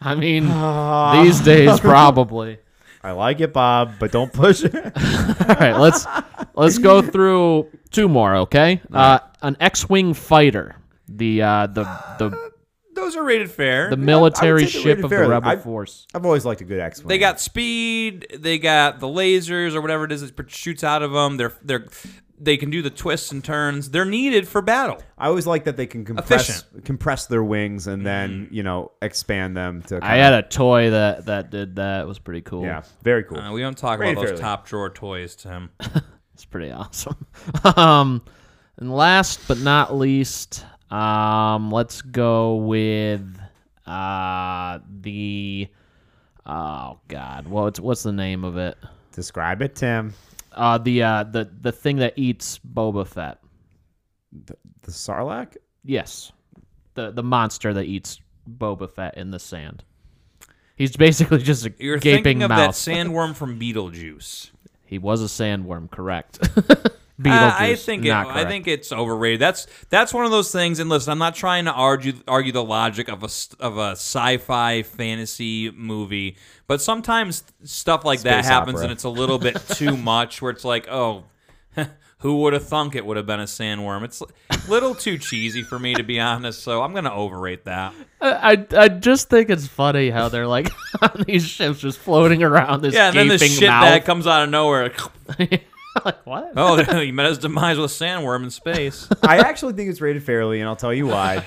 S3: I mean,
S4: Ah.
S3: these days probably.
S4: I like it, Bob, but don't push it.
S3: All right, let's let's go through two more, okay? Uh, an X-wing fighter. the uh, the the
S2: Those are rated fair.
S3: the military
S4: take it
S3: ship
S4: rated
S3: of
S4: fairly.
S3: the rebel
S4: I've-
S3: force.
S4: I've always liked a good X Wing.
S2: they got speed. They got the lasers or whatever it is that shoots out of them. They're they're they can do the twists and turns. They're needed for battle.
S4: I always like that they can compress
S2: Efficient. Mm-hmm.
S4: compress their wings and then you know expand them to.
S3: I had a toy that that did that. It was pretty cool.
S4: yeah, very cool.
S2: Uh, we don't talk
S4: Rated
S2: about those
S4: fairly.
S2: top drawer toys, Tim.
S3: It's pretty awesome. um, and last but not least, um, let's go with uh, the oh god, what's what's the name of it?
S4: Describe it, Tim.
S3: Uh, the uh, the the thing that eats Boba Fett.
S4: The Sarlacc.
S3: Yes, the the monster that eats Boba Fett in the sand. He's basically just a
S2: You're
S3: gaping
S2: thinking of that
S3: mouth.
S2: sandworm from Beetlejuice.
S3: he was a sandworm, correct?
S2: Uh,
S3: Beetlejuice,
S2: I think it,
S3: not
S2: I
S3: correct.
S2: think it's overrated. That's that's one of those things. And listen, I'm not trying to argue argue the logic of a s- of a sci-fi fantasy movie, but sometimes stuff like that
S4: Space
S2: happens,
S4: opera.
S2: and it's a little bit too much. Where it's like, oh, who would have thunk it would have been a sandworm? It's a little too cheesy for me to be honest. So I'm gonna overrate that.
S3: I, I I just think it's funny how they're like on these ships just floating around this
S2: Yeah, and then
S3: gaping
S2: this shit
S3: mouth.
S2: that comes out of nowhere.
S3: like what?
S2: Oh, you met his demise with a sandworm in space.
S4: I actually think it's rated fairly, and I'll tell you why.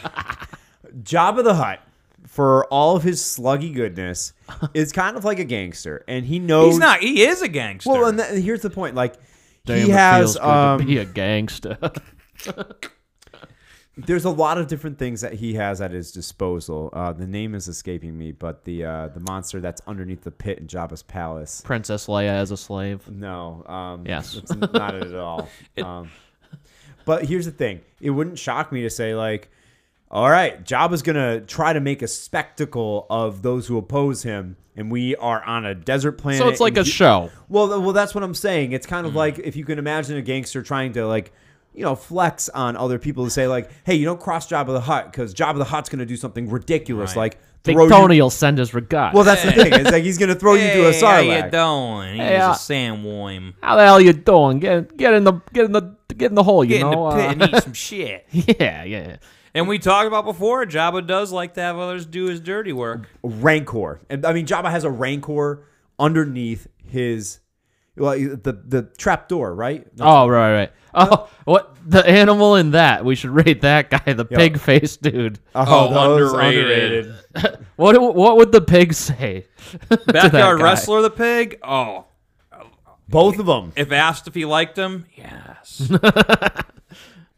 S4: Jabba the Hutt, for all of his sluggy goodness, is kind of like a gangster, and he knows
S2: He's not. He is a gangster.
S4: Well, and th- here's the point: like
S3: Damn,
S4: he
S3: it feels
S4: has
S3: good
S4: um,
S3: to be a gangster.
S4: there's a lot of different things that he has at his disposal. Uh, the name is escaping me, but the uh, the monster that's underneath the pit in Jabba's palace.
S3: Princess Leia as a slave.
S4: No, um,
S3: Yes.
S4: it's not it at all. Um, but here's the thing: it wouldn't shock me to say like, all right, Jabba's gonna try to make a spectacle of those who oppose him, and we are on a desert planet.
S3: So it's like
S4: and
S3: a Mm.
S4: he-
S3: show.
S4: Well, th- well, that's what I'm saying. It's kind of like if you can imagine a gangster trying to like, you know, flex on other people to say like, "Hey, you don't cross Jabba the Hutt because Jabba the Hutt's going to do something ridiculous."
S2: Right.
S4: Like
S3: Big
S4: throw you-
S3: Tony will send his regards.
S4: Well, that's the thing. It's like he's going to throw Oh, you to a
S2: Hey, how you
S4: sarlacc.
S2: doing? He's
S3: Hey, uh,
S2: a sandworm.
S3: how the hell you doing? Get get in the get in the get in the hole. You
S2: Get in
S3: know.
S2: the pit and
S3: uh,
S2: eat some shit.
S3: yeah, yeah.
S2: And we talked about before, Jabba does like to have others do his dirty work.
S4: rancor. And I mean, Jabba has a rancor underneath his, well, the the trap door, right?
S2: Uh,
S3: Oh right, right. Oh, what the animal in that? We should rate that guy, the pig faced dude.
S2: Oh,
S4: Uh-huh, that was
S2: underrated.
S3: What what would the pig say? to that
S2: Backyard
S3: guy?
S2: wrestler, the pig. Oh,
S4: Both of them.
S2: if asked if he liked him, yes.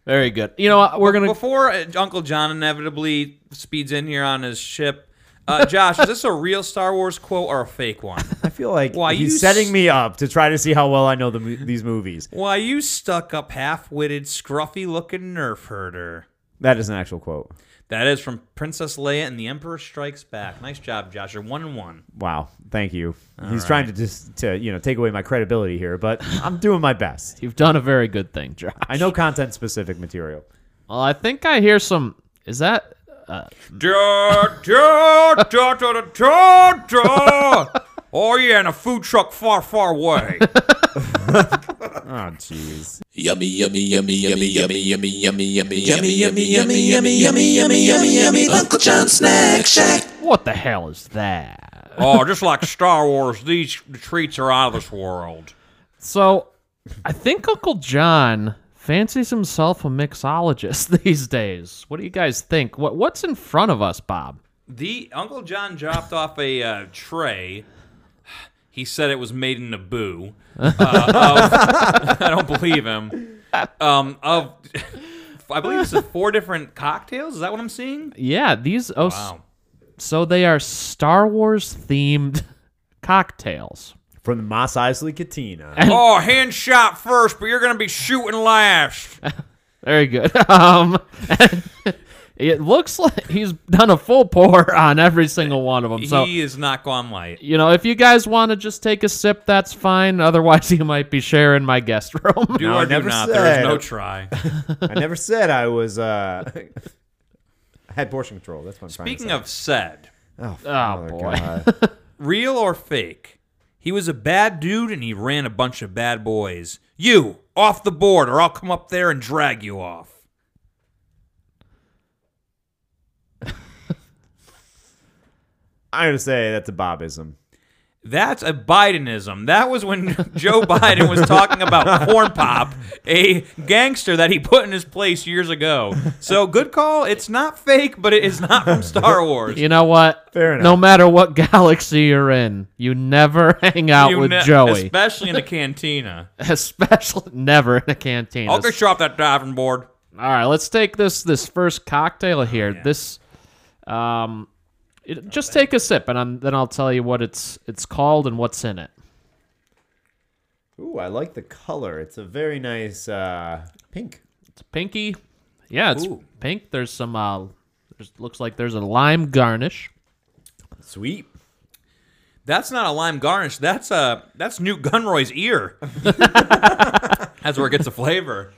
S3: Very good. You know what? We're gonna
S2: Before uh, Uncle John inevitably speeds in here on his ship, uh, Josh, is this a real Star Wars quote or a fake one?
S4: I feel like
S2: Why you
S4: he's
S2: s-
S4: setting me.
S5: up to try to see how well I know the, mo- these movies.
S2: Why you stuck up, half-witted, scruffy-looking nerf herder?
S4: That is an actual quote.
S2: That is from Princess Leia and the Emperor Strikes Back. Nice job, Josh. You're one and one.
S4: Wow, thank you. he's trying to just to you know take away my credibility here, but I'm doing my best.
S3: You've done a very good thing, Josh.
S4: I know content specific material.
S3: Well, I think I hear some. Is that?
S2: Da, da, da, da, da, da, da. Oh yeah, in a food truck far, far away.
S4: Oh jeez.
S1: Yummy, yummy, yummy, yummy, yummy, yummy, yummy, yummy, yummy, yummy, yummy, yummy, yummy, yummy, yummy, yummy, Uncle John's Snack Shack.
S3: What the hell is that?
S2: oh, just like Star Wars, these treats are out of this world.
S3: So, I think Uncle John fancies himself a mixologist these days. What do you guys think? What What's in front of us, Bob?
S2: The Uncle John dropped off a uh, tray. He said it was made in Naboo. Uh, of- I don't believe him. Um, of, I believe this is four different cocktails. Is that what I'm seeing?
S3: Yeah, these. Oh, s-
S2: Wow.
S3: so they are Star Wars themed cocktails.
S4: From the Moss Eisley Katina.
S2: Oh, hand shot first, but you're gonna be shooting last.
S3: Very good. Um, it looks like he's done a full pour on every single one of them. So
S2: he is not gone light.
S3: you know, if you guys want to just take a sip, that's fine. Otherwise, you might be sharing my guest room.
S2: Do
S4: No, I
S2: or do
S4: never
S2: not. There is
S4: said.
S2: no try.
S4: I never said I was. uh I had portion control. That's what I'm
S2: Speaking
S4: trying
S2: of said,
S4: to say.
S3: Oh,
S4: Father
S3: boy.
S4: God.
S2: real or fake, he was a bad dude and he ran a bunch of bad boys. You off the board, or I'll come up there and drag you off.
S4: I'm gonna say that's a Bobism.
S2: That's a Bidenism. That was when Joe Biden was talking about Corn Pop, a gangster that he put in his place years ago. So good call. It's not fake, but it is not from Star Wars.
S3: You know what?
S4: Fair enough.
S3: No matter what galaxy you're in, you never hang out
S2: You
S3: with
S2: ne-
S3: Joey.
S2: Especially in the cantina.
S3: Especially never in a canteen.
S2: I'll go shop that diving board.
S3: All right, let's take this this first cocktail here. This, um, it, just take a sip, and I'm, then I'll tell you what it's it's called and what's in it.
S4: Ooh, I like the color. It's a very nice uh, pink.
S3: It's pinky. Yeah, it's
S2: Ooh.
S3: pink. There's some. Uh, there's, looks like there's a lime garnish.
S4: Sweet.
S2: That's not a lime garnish. That's uh that's Newt Gunroy's ear. that's where it gets a flavor.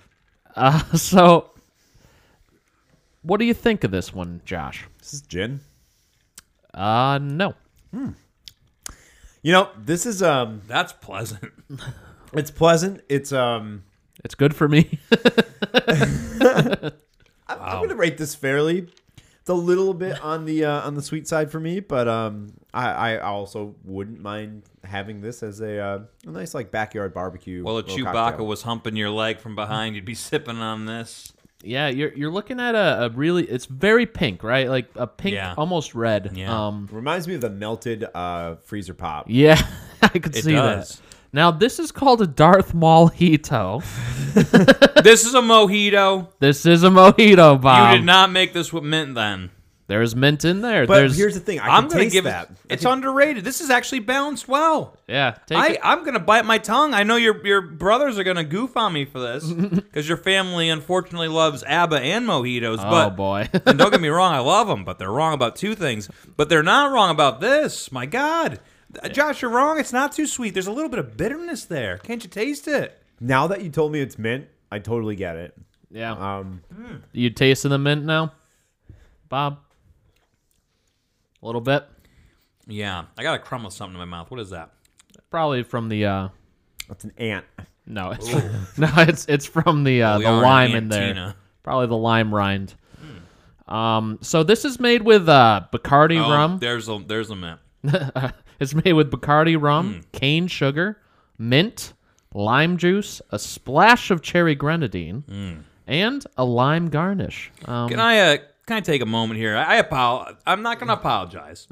S3: So, what do you think of this one, Josh?
S4: This is gin.
S3: Uh, no.
S4: You know, this is um,
S2: That's pleasant.
S4: it's pleasant. It's um,
S3: It's good for me.
S4: I'm, I'm gonna rate this fairly. It's a little bit on the uh, on the sweet side for me, but um, I, I also wouldn't mind having this as a, uh, a nice like backyard barbecue.
S2: Well, if
S4: little
S2: Chewbacca
S4: cocktail.
S2: was humping your leg from behind, you'd be sipping on this.
S3: yeah, you're you're looking at a, a really. It's very pink, right? Like a pink,
S2: Yeah.
S3: almost red.
S2: Yeah.
S3: Um.
S4: reminds me of the melted uh, freezer pop.
S3: Yeah, I could
S2: It
S3: see
S2: does.
S3: that. Now this is called a Darth Maul Hito.
S2: this is a mojito.
S3: This is a mojito bomb.
S2: you did not make this with mint then.
S3: There's mint in there.
S4: But
S3: There's
S4: here's the thing: I
S2: I'm
S4: am
S2: gonna
S4: taste
S2: give
S4: that.
S2: it. It's underrated. This is actually balanced well.
S3: yeah. Take
S2: I,
S3: it.
S2: I'm gonna bite my tongue. I know your your brothers are gonna goof on me for this because your family unfortunately loves ABBA and mojitos.
S3: Oh
S2: but
S3: boy.
S2: and don't get me wrong, I love them, but they're wrong about two things. But they're not wrong about this. My God, Uh, Josh, you're wrong. It's not too sweet. There's a little bit of bitterness there. Can't you taste it?
S4: Now that you told me it's mint, I totally get it.
S3: yeah.
S4: Um,
S3: You tasting the mint now, Bob? A little bit,
S2: Yeah, I got a crumb of something in my mouth. What is that?
S3: probably from the. uh
S4: that's an ant.
S3: No, it's no, it's it's from the uh,
S2: We
S3: the
S2: are in
S3: lime in there.
S2: Antina.
S3: Probably the lime rind. Um. So this is made with uh Bacardi
S2: Hmm. Oh,
S3: rum.
S2: There's a there's a mint.
S3: It's made with Bacardi
S2: Hmm.
S3: rum, cane sugar, mint, lime juice, a splash of cherry grenadine,
S2: Hmm.
S3: and a lime garnish. Um,
S2: Can I uh, can I take a moment here? I, I apologize. I'm not going to apologize,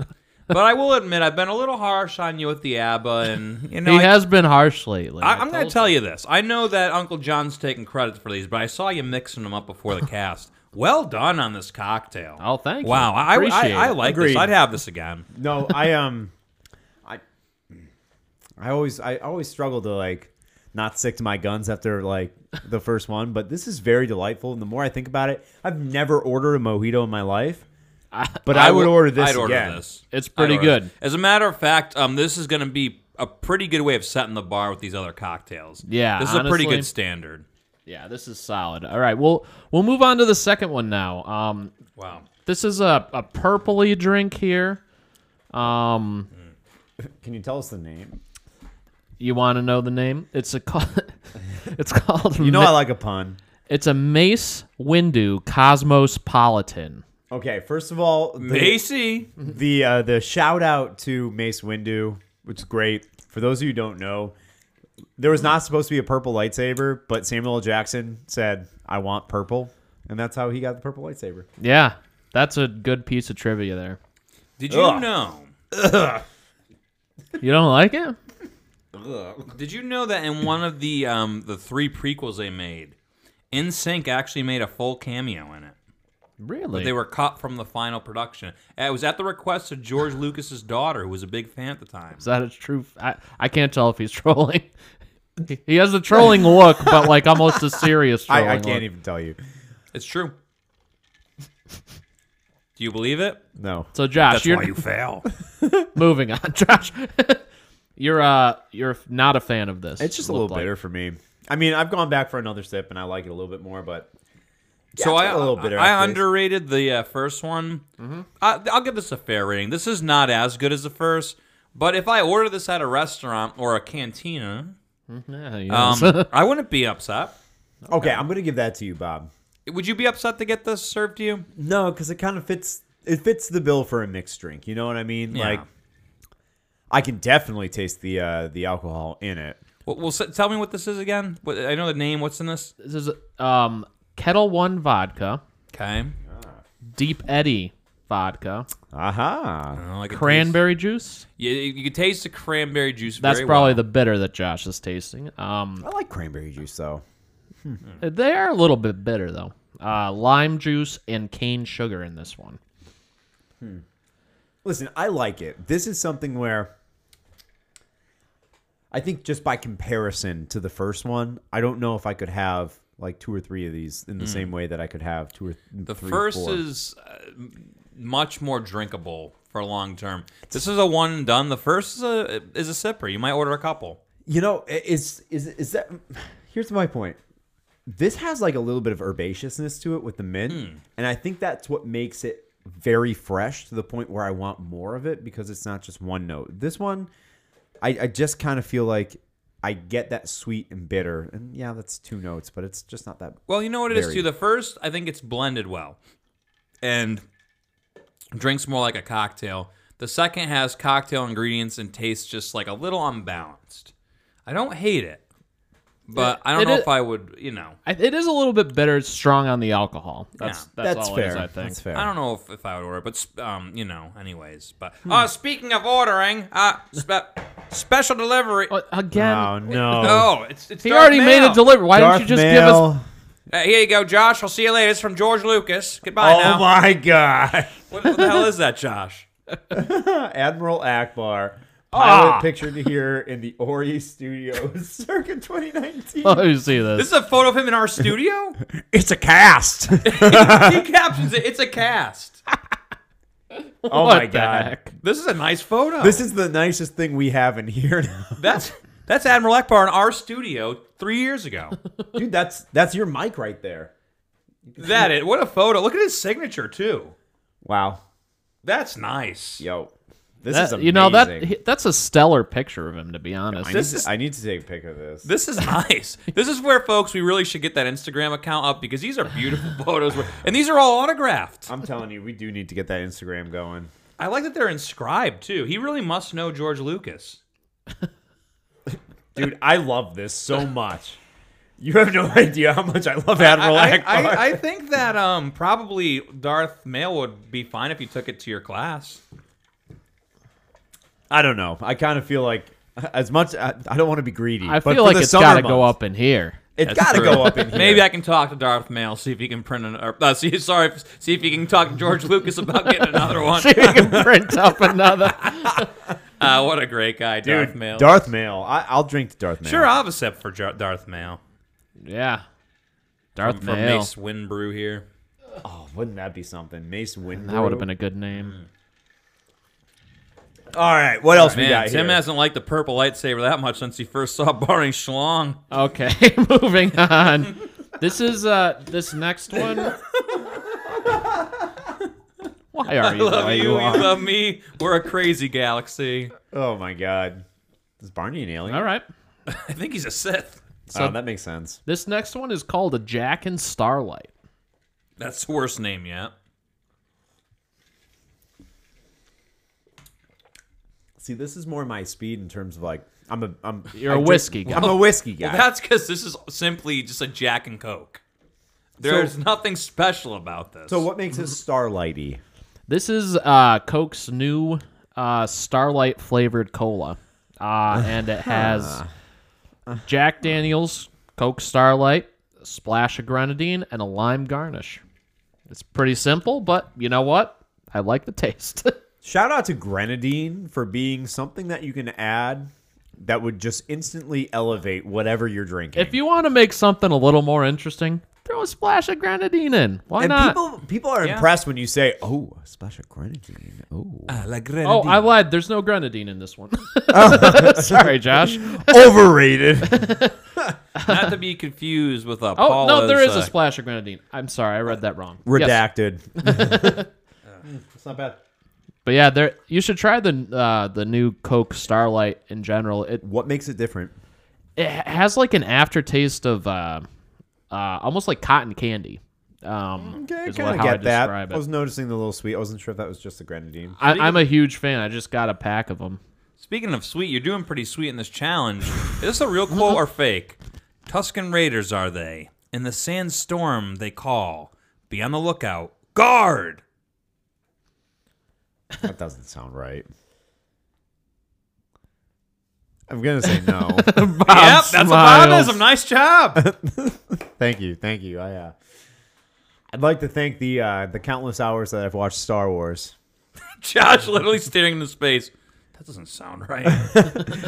S2: but I will admit I've been a little harsh on you with the ABBA, and you know
S3: he
S2: I,
S3: has been harsh lately.
S2: I, am going to tell you this. I know that Uncle John's taking credit for these, but I saw you mixing them up before the cast. Well done on this cocktail.
S3: Oh, thank you.
S2: Wow, I, I,
S3: Appreciate
S2: I
S3: it.
S2: like this.
S4: Agreed.
S2: I'd have this again.
S4: No, I um, I, I always I always struggle to like not stick to my guns after like the first one, but this is very delightful. And the more I think about it, I've never ordered a mojito in my life, but I, would
S2: will-
S4: order this
S2: I'd order
S4: again.
S2: this.
S3: It's
S2: I'd
S3: pretty
S2: order
S3: good.
S2: this. As a matter of fact, um, this is going to be a pretty good way of setting the bar with these other cocktails.
S3: Yeah,
S2: this is a pretty
S3: honestly.
S2: good standard.
S3: Yeah, this is solid. All right, we'll we'll move on to the second one now. Um,
S2: Wow.
S3: this is a, a purpley drink here. Um,
S4: Can you tell us the name?
S3: you want to know the name? It's a ca- it's called
S4: You know I like a pun.
S3: it's a Mace Windu Cosmospolitan.
S4: Okay, first of all, the,
S2: Macy.
S4: the uh, the shout out to Mace Windu, which is great. For those of you who don't know, there was not supposed to be a purple lightsaber, but Samuel L. Jackson said, "I want purple," and that's how he got the purple lightsaber.
S3: Yeah, that's a good piece of trivia there.
S2: Did you
S4: Ugh.
S2: know?
S3: You don't like it?
S2: Did you know that in one of the um, the three prequels they made, NSYNC actually made a full cameo in it?
S3: Really?
S2: They were cut from the final production. Uh, It was at the request of George Lucas's daughter, who was a big fan at the time.
S3: Is that a true? f- I, I can't tell if he's trolling. He- he has a trolling look, but like almost a serious trolling.
S4: I, I
S3: look.
S4: can't even tell you.
S2: It's true. Do you believe it?
S4: No,
S3: So Josh,
S2: That's
S3: you're
S2: why you fail.
S3: moving on. Josh, you're uh you're not a fan of this.
S4: it's just a
S3: it
S4: little
S3: looked like.
S4: bitter for me. I mean, I've gone back for another sip, and I like it a little bit more. But
S2: so
S4: it's
S2: I
S4: got a little bitter Mm-hmm.
S2: I, I
S4: aftertaste.
S2: underrated the uh, first one. I, I'll give this a fair rating. This is not as good as the first, but if I order this at a restaurant or a cantina,
S3: Yeah, you know,
S2: um, I wouldn't be upset.
S4: okay, I'm gonna give that to you, Bob.
S2: Would you be upset to get this served to you?
S4: No, because it kind of fits. it fits the bill for a mixed drink. You know what I mean?
S2: Yeah.
S4: Like, I can definitely taste the uh, the alcohol in it.
S2: Well, well, s- tell me what this is again. What, I know the name. What's in this?
S3: This is um, Kettle One vodka,
S2: Okay.
S3: Deep Eddy vodka,
S4: Aha!
S2: Oh, I can
S3: cranberry juice.
S2: taste- Yeah, you, you can taste the cranberry juice.
S3: That's
S2: very
S3: probably
S2: well.
S3: the bitter that Josh is tasting. Um,
S4: I like cranberry juice though.
S3: they are a little bit bitter though. Uh, lime juice and cane sugar in this one.
S4: Listen, I like it. This is something where I think just by comparison to the first one, I don't know if I could have like two or three of these in the same way that I could have two or th-
S2: Mm. the
S4: three,
S2: first
S4: four.
S2: is uh, m- much more drinkable for long term. This is a one and done. The first is a is a sipper. You might order a couple.
S4: you know i- is is is that here's my point this has like a little bit of herbaceousness to it with the mint
S3: Hmm.
S4: and i think that's what makes it very fresh to the point where i want more of it because it's not just one note this one i, I just kind of feel like i get that sweet and bitter and yeah that's two notes but it's just not that
S2: Well, you know what it is
S4: Very.
S2: too. The first, I think it's blended well, and drinks more like a cocktail. The second has cocktail ingredients and tastes just like a little unbalanced. I don't hate it, but I don't
S3: it
S2: know
S3: is-
S2: if I would. You know,
S3: I, it is a little bit bitter. It's strong on the alcohol. That's
S2: Yeah.
S3: that's,
S4: that's
S3: all
S4: fair
S3: It is, I think.
S4: that's fair
S2: I don't know if, if I would order, it, but sp- um, you know, anyways. But uh, speaking of ordering, uh, spe- special delivery.
S3: But again,
S4: oh no
S2: Oh, it's it's
S3: he
S2: Darth
S3: already made
S2: Mail.
S3: a delivery. Why
S4: Darth
S3: didn't you just
S4: Mail.
S3: give us?
S2: Uh, here you go, Josh. I'll see you later. It's from George Lucas. Goodbye
S4: oh
S2: now.
S4: my god
S2: What, what the hell is that, Josh?
S4: Admiral Akbar Pilot pictured here in the Ori Studios circa 2019.
S3: Oh, you see this?
S2: This is a photo of him in our studio.
S4: It's a cast.
S2: he captions it. It's a cast.
S4: oh
S3: What
S4: my
S3: the
S4: god.
S3: heck?
S2: This is a nice photo.
S4: This is the nicest thing we have in here now.
S2: that's that's Admiral Akbar in our studio three years ago.
S4: Dude, that's that's your mic right there.
S2: that it. What a photo. Look at his signature too.
S4: Wow.
S2: That's nice.
S4: Yo. This
S3: That-
S4: is amazing.
S3: you know that he- that's a stellar picture of him, to be honest.
S4: I need,
S2: This
S4: to,
S2: is-
S4: I need to take a pic of this.
S2: This is nice. this is where, folks, we really should get that Instagram account up because these are beautiful photos. where- and these are all autographed.
S4: I'm telling you, we do need to get that Instagram going.
S2: I like that they're inscribed too. He really must know George Lucas.
S4: Dude, I love this so much. You have no idea how much I love Admiral
S2: I,
S4: Akbar.
S2: I, I think that um, probably Darth Mail would be fine if you took it to your class.
S4: I don't know. I kind of feel like as much I, I don't want to be greedy.
S3: I
S4: but
S3: feel
S4: for
S3: like
S4: the
S3: it's
S4: summer
S3: got to go
S4: months,
S3: up in here.
S4: It's
S2: That's
S4: got to
S2: true.
S4: go up in here.
S2: Maybe I can talk to Darth Mail, see if he can print an. Or, uh, see, sorry, see if he can talk to George Lucas about getting another one.
S3: See if you can print up another.
S2: Uh, what a great guy,
S4: Dude,
S2: Darth Mail.
S4: Darth Mail. I, I'll drink to Darth Mail.
S2: sure, I'll have a sip for Jar- Darth Mail
S3: Yeah, Darth
S2: from
S3: Mail.
S2: Mace Winbrew here.
S4: Oh, wouldn't that be something? Mace Windu.
S3: That would have been a good
S4: Mm.
S3: name.
S4: All right. What else we
S2: Man,
S4: got
S2: Tim
S4: here?
S2: hasn't liked the purple lightsaber that much since he first saw Barney Schlong.
S3: Okay, moving on. This is uh this next one. Why are you? the
S2: Love
S3: way
S2: you,
S3: you
S2: you
S3: are?
S2: love me. We're a crazy galaxy.
S4: oh my God. Is Barney an alien?
S3: All right.
S2: I think he's a Sith.
S4: Oh, that makes sense.
S3: This next one is called a Jack and Starlight.
S2: That's the worst name yet.
S4: See, this is more my speed in terms of like I'm a I'm
S3: You're
S4: I
S3: a
S4: drink-
S3: whiskey guy.
S4: I'm a whiskey guy.
S2: Well, that's because this is simply just a Jack and Coke. There's nothing special about this.
S4: so what makes it starlighty?
S3: This is uh, Coke's new uh, Starlight flavored cola, uh, and it has Jack Daniels, Coke Starlight, a splash of grenadine, and a lime garnish. It's pretty simple, but you know what? I like the taste.
S4: Shout out to grenadine for being something that you can add that would just instantly elevate whatever you're drinking.
S3: if you want to make something a little more interesting, throw a splash of grenadine in. Why
S4: and
S3: not?
S4: people people are impressed when you say, "Oh, a splash of grenadine." Oh, Oh,
S3: oh, I lied. There's no grenadine in this one. Sorry, Josh.
S4: overrated.
S2: Not to be confused with a
S3: Oh
S2: Paula's,
S3: no, there is
S2: uh,
S3: a splash of grenadine. I'm sorry, I read that wrong. Yes.
S4: Redacted. It's not bad.
S3: But yeah, there you should try the uh, the new Coke Starlight in general. It
S4: What makes it different?
S3: it has like an aftertaste of uh, uh, almost like cotton candy. Um,
S4: Okay, I
S3: is
S4: kind
S3: what-
S4: of
S3: how
S4: get that.
S3: describe
S4: I was noticing the little sweet. I wasn't sure if that was just the grenadine.
S3: I, I'm a huge fan. I just got a pack of them.
S2: Speaking of sweet, you're doing pretty sweet in this challenge. Is this a real quote or fake? Tuscan Raiders are they? In the sandstorm they call. Be on the lookout. Guard.
S4: That doesn't sound right. I'm gonna say no.
S2: yep, that's
S3: smiles.
S2: a Bobism. Nice job.
S4: thank you, thank you. I, uh, I'd like to thank the uh, the countless hours that I've watched Star Wars.
S2: Josh literally staring into space. That doesn't sound right.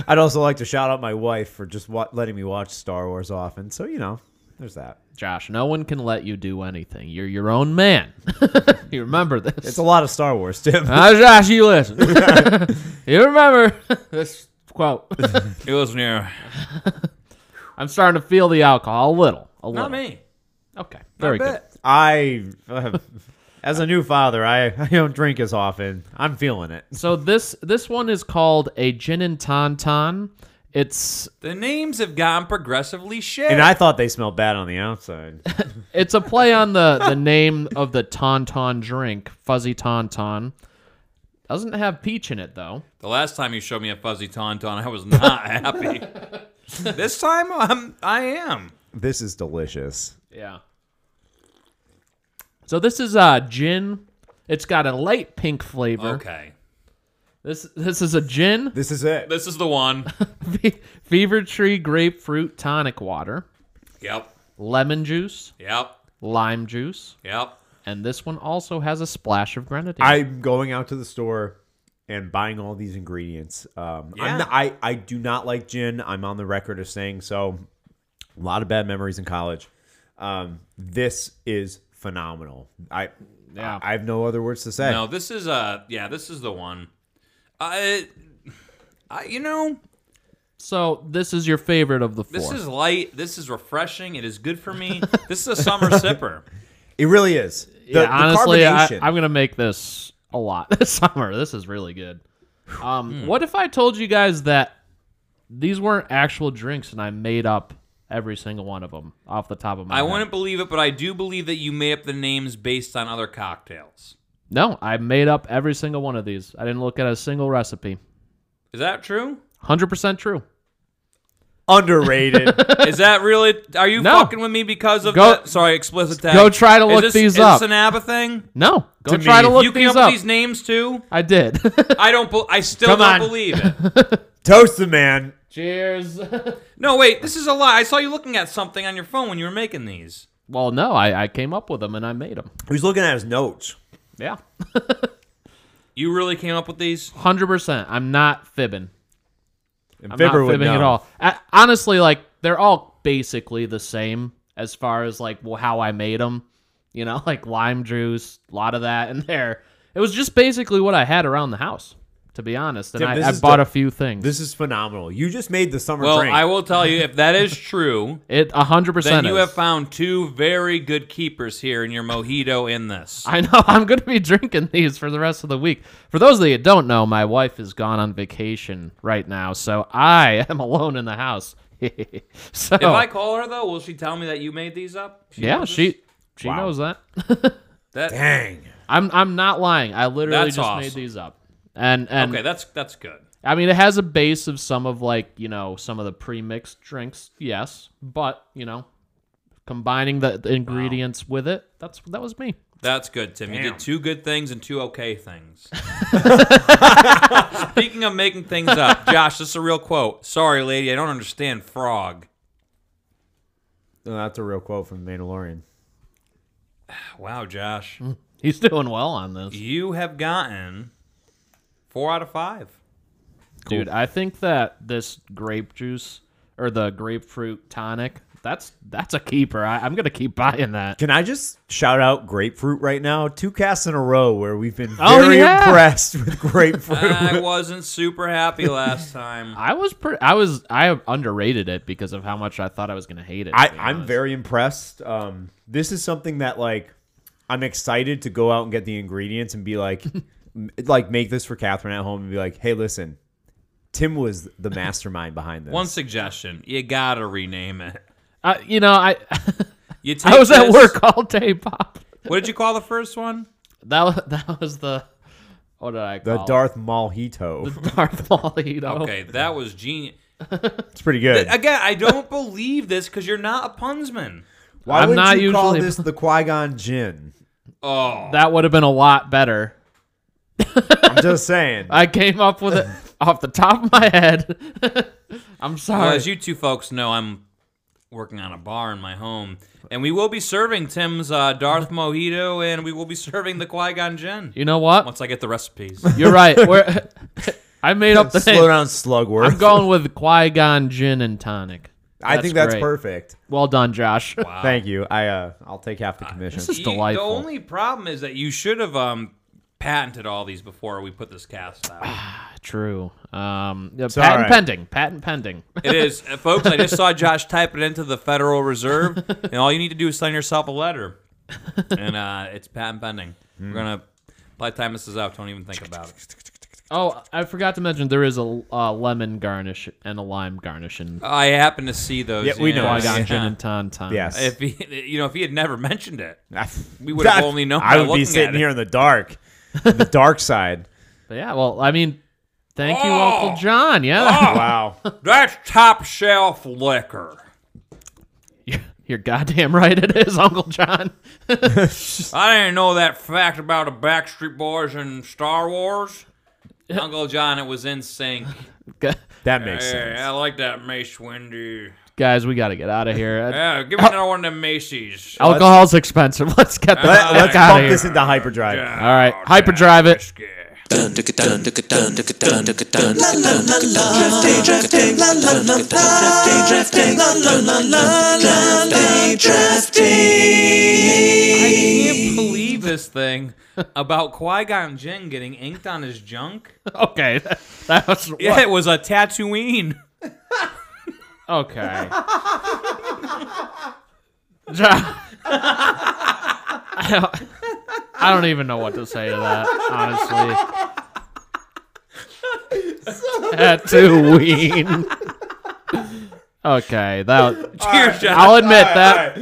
S4: I'd also like to shout out my wife for just wa- letting me watch Star Wars often. So you know, there's that.
S3: Josh, no one can let you do anything. You're your own man. you remember this.
S4: It's a lot of Star Wars, Tim.
S3: Ah, Josh, you listen. you remember this quote.
S2: it was near.
S3: I'm starting to feel the alcohol a little. A little.
S2: Not me.
S3: Okay. Very
S2: I
S3: good.
S2: bet.
S4: I, uh, as a new father, I, I don't drink as often. I'm feeling it.
S3: So this this one is called a gin and tauntaun. It's
S2: The names have gotten progressively shit.
S4: And I thought they smelled bad on the outside.
S3: it's a play on the the name of the tauntaun drink, fuzzy tauntaun. Doesn't have peach in it though.
S2: the last time you showed me a fuzzy tauntaun, I was not happy. this time, I'm, I am.
S4: this is delicious.
S3: Yeah. So this is uh gin. It's got a light pink flavor.
S2: Okay.
S3: This this is a gin,
S4: This is it.
S2: This is the one.
S3: fe- fever tree grapefruit tonic water,
S2: Yep.
S3: lemon juice,
S2: Yep.
S3: lime juice,
S2: Yep.
S3: and this one also has a splash of grenadine.
S4: I'm going out to the store and buying all these ingredients. Um,
S2: Yeah.
S4: I'm not, I I do not like gin. I'm on the record of saying so. A lot of bad memories in college. Um, this is phenomenal. I
S3: Yeah.
S4: I, I have no other words to say.
S2: No, this is uh yeah, this is the one. I I you know,
S3: so this is your favorite of the four.
S2: this is light, this is refreshing, it is good for me. this is a summer sipper.
S4: It really is. The,
S3: yeah,
S4: the
S3: honestly, I,
S4: carbonation.
S3: I'm gonna make this a lot this summer. This is really good.
S2: Hmm.
S3: Um, What if I told you guys that these weren't actual drinks and I made up every single one of them off the top of my
S2: I
S3: head?
S2: wouldn't believe it, but I do believe that you made up the names based on other cocktails.
S3: No, I made up every single one of these. I didn't look at a single recipe.
S2: Is that true?
S3: Hundred percent true.
S4: Underrated.
S2: Is that really are you
S3: No.
S2: fucking with me because of
S3: Go-
S2: the sorry, explicit tag.
S3: go try to
S2: Is
S3: look
S2: this-
S3: these
S2: is
S3: up.
S2: This an ABBA thing?
S3: No, go try to look
S2: you came
S3: these
S2: up
S3: up.
S2: with these names too?
S3: I did.
S2: I don't bel I still
S4: Come
S2: don't
S4: on.
S2: believe it.
S4: Toast the man.
S3: Cheers.
S2: No, wait, this is a lie. I saw you looking at something on your phone when you were making these.
S3: well, no, I, I came up with them and I made them.
S4: Who's looking at his notes?
S3: Yeah,
S2: You really came up with these?
S3: hundred percent. I'm not fibbing.
S4: And
S3: I'm
S4: Fibber
S3: not
S4: would
S3: fibbing at
S4: know.
S3: all. I, honestly, like they're all basically the same as far as like well, how I made them. You know, like lime juice, a lot of that in there. It was just basically what I had around the house, to be honest. And
S4: Tim, this
S3: I, I
S4: is
S3: bought
S4: the-
S3: a few things.
S4: This is phenomenal. You just made the summer
S2: Well,
S4: drink.
S2: I will tell you, if that is true,
S3: it hundred
S2: then
S3: percent.
S2: you have found two very good keepers here in your mojito in this.
S3: I know I'm going to be drinking these for the rest of the week. For those of you that don't know, my wife is gone on vacation right now, so I am alone in the house. so
S2: If I call her, though, will she tell me that you made these up? She
S3: yeah,
S2: knows this?
S3: she she
S4: Wow.
S3: knows that.
S2: That,
S4: Dang.
S3: I'm I'm not lying. I literally
S2: That's
S3: just made
S2: awesome.
S3: these up. And and
S2: Okay, that's that's good.
S3: I mean it has a base of some of like, you know, some of the pre-mixed drinks, yes, but, you know, combining the, the ingredients with it, that's that was me.
S2: That's good, Tim. You did two good things and two okay things. Speaking of making things up, Josh, this is a real quote. Sorry, lady, I don't understand frog.
S4: No, Oh, that's a real quote from The Mandalorian.
S2: Wow, Josh.
S3: He's doing well on this.
S2: You have gotten four out of five.
S3: Dude, I think that this grape juice or the grapefruit tonic, that's that's a keeper. I, I'm gonna keep buying that.
S4: Can I just shout out grapefruit right now? Two casts in a row where we've been
S3: Oh,
S4: very
S3: yeah.
S4: impressed with grapefruit.
S2: I wasn't super happy last time.
S3: I was pretty. I was. I underrated it because of how much I thought I was gonna hate it. to
S4: I,
S3: be
S4: I'm
S3: honest.
S4: very impressed. Um, this is something that like I'm excited to go out and get the ingredients and be like, m- like make this for Catherine at home and be like, hey, listen, Tim was the mastermind behind this.
S2: One suggestion: you gotta rename it.
S3: Uh, you know, I.
S2: You take
S3: I was at
S2: this-
S3: work all day, Pop.
S2: What did you call the first one?
S3: That was, that was the what did I
S4: The
S3: call it?
S4: Darth Malhito.
S3: Darth Molito.
S2: Okay, that was genius.
S5: It's pretty good.
S2: Again, I don't believe this because you're not a punsman.
S4: Why
S3: I'm
S4: would
S3: not
S4: you call
S3: usually-
S4: this the Qui Gon Jinn?
S2: Oh,
S3: That would have been a lot better.
S5: I'm just saying.
S3: I came up with it off the top of my head. I'm
S2: well,
S3: sorry.
S2: as you two folks know, I'm working on a bar in my home, and we will be serving Tim's uh, Darth Mojito, and we will be serving the Qui Gon Jinn
S3: You know what?
S2: once I get the recipes.
S3: You're right. We're, I made up the
S4: Slow
S3: name.
S4: down, Slugworth.
S3: I'm going with Qui Gon Gin and Tonic.
S4: I think that's
S3: great.
S4: perfect.
S3: Well done, Josh.
S4: Thank you. I uh, I'll take half the commission.
S3: This is
S2: You-
S3: delightful.
S2: The only problem is that you should have um, patented all these before we put this cast out.
S3: True. Um, yeah, patent
S5: all right.
S3: pending. Patent pending.
S2: it is, uh, folks. I just saw Josh type it into the Federal Reserve, and all you need to do is sign yourself a letter, and uh, it's patent pending.
S5: Hmm.
S2: We're gonna. By the time this is out, don't even think about it.
S3: Oh, I forgot to mention there is a uh, lemon garnish and a lime garnish and
S2: I happen to see those.
S5: Yeah, we know.
S3: Qui
S2: yes.
S3: Gon
S2: Yeah.
S3: Gin and Tonic.
S5: Yes.
S2: If he, you know, if he had never mentioned it, we would
S5: That-
S2: have only known.
S5: I
S2: by
S5: would
S2: looking
S5: be
S2: at
S5: sitting
S2: it.
S5: here in the dark, the dark side.
S3: But yeah. Well, I mean, thank you,
S2: Oh.
S3: Uncle John. Yeah.
S4: Oh.
S5: Wow.
S2: That's top shelf liquor.
S3: You're, you're goddamn right. It is Uncle John.
S2: I didn't know that fact about the Backstreet Boys and Star Wars. Uncle John, it was in sync.
S3: Gu-
S5: That makes
S2: Hey,
S5: sense.
S2: I like that Mace Windu.
S3: Guys, we got to get out of here.
S2: Yeah, give me another one of them Macy's.
S3: Alcohol's expensive. Let's get the
S5: Let,
S3: fuck
S5: let's
S3: out
S5: bump
S3: of
S5: this
S3: here.
S5: into hyperdrive.
S3: All right, hyperdrive it.
S1: Dun dun dun dun dun dun dun dun la la la la drafting drafting la la la la drafting drafting la la la la drafting drafting
S2: I can't believe this thing about Qui Gon Jinn getting inked on his junk.
S3: Okay, that, that was
S2: Yeah, it was a Tatooine.
S3: okay. John, I don't, I don't even know what to say to that. Honestly, Tatooine. Okay, that.
S2: Cheers, John.
S3: I'll admit that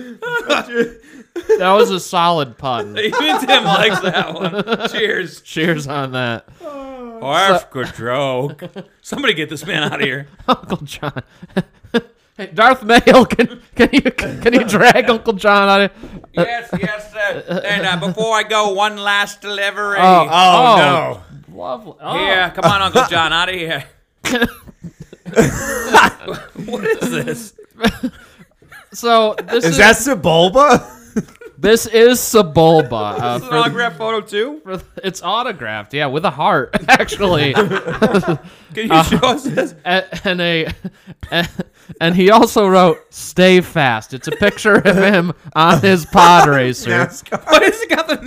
S3: that was a solid pun.
S2: Even Tim likes that one. Cheers.
S3: Cheers on that.
S2: Oh, that's a good joke. Somebody get this man out of here.
S3: Uncle John. hey, Darth Mail, can can you can you drag Uncle John out? Of,
S2: Yes, yes, sir. And uh, before I go, one last delivery.
S5: Oh,
S3: no! Lovely. Oh.
S2: Yeah, come on, Uncle John, out of here. what is this?
S3: So this is,
S5: Is that Sebulba?
S3: this is Sebulba. Uh,
S2: This is an
S3: for,
S2: autograph photo too.
S3: for, it's autographed, yeah, with a heart actually,
S2: Can you show us this?
S3: and, and a and, and he also wrote "Stay fast." It's a picture of him on his pod racer.
S2: Why does it got the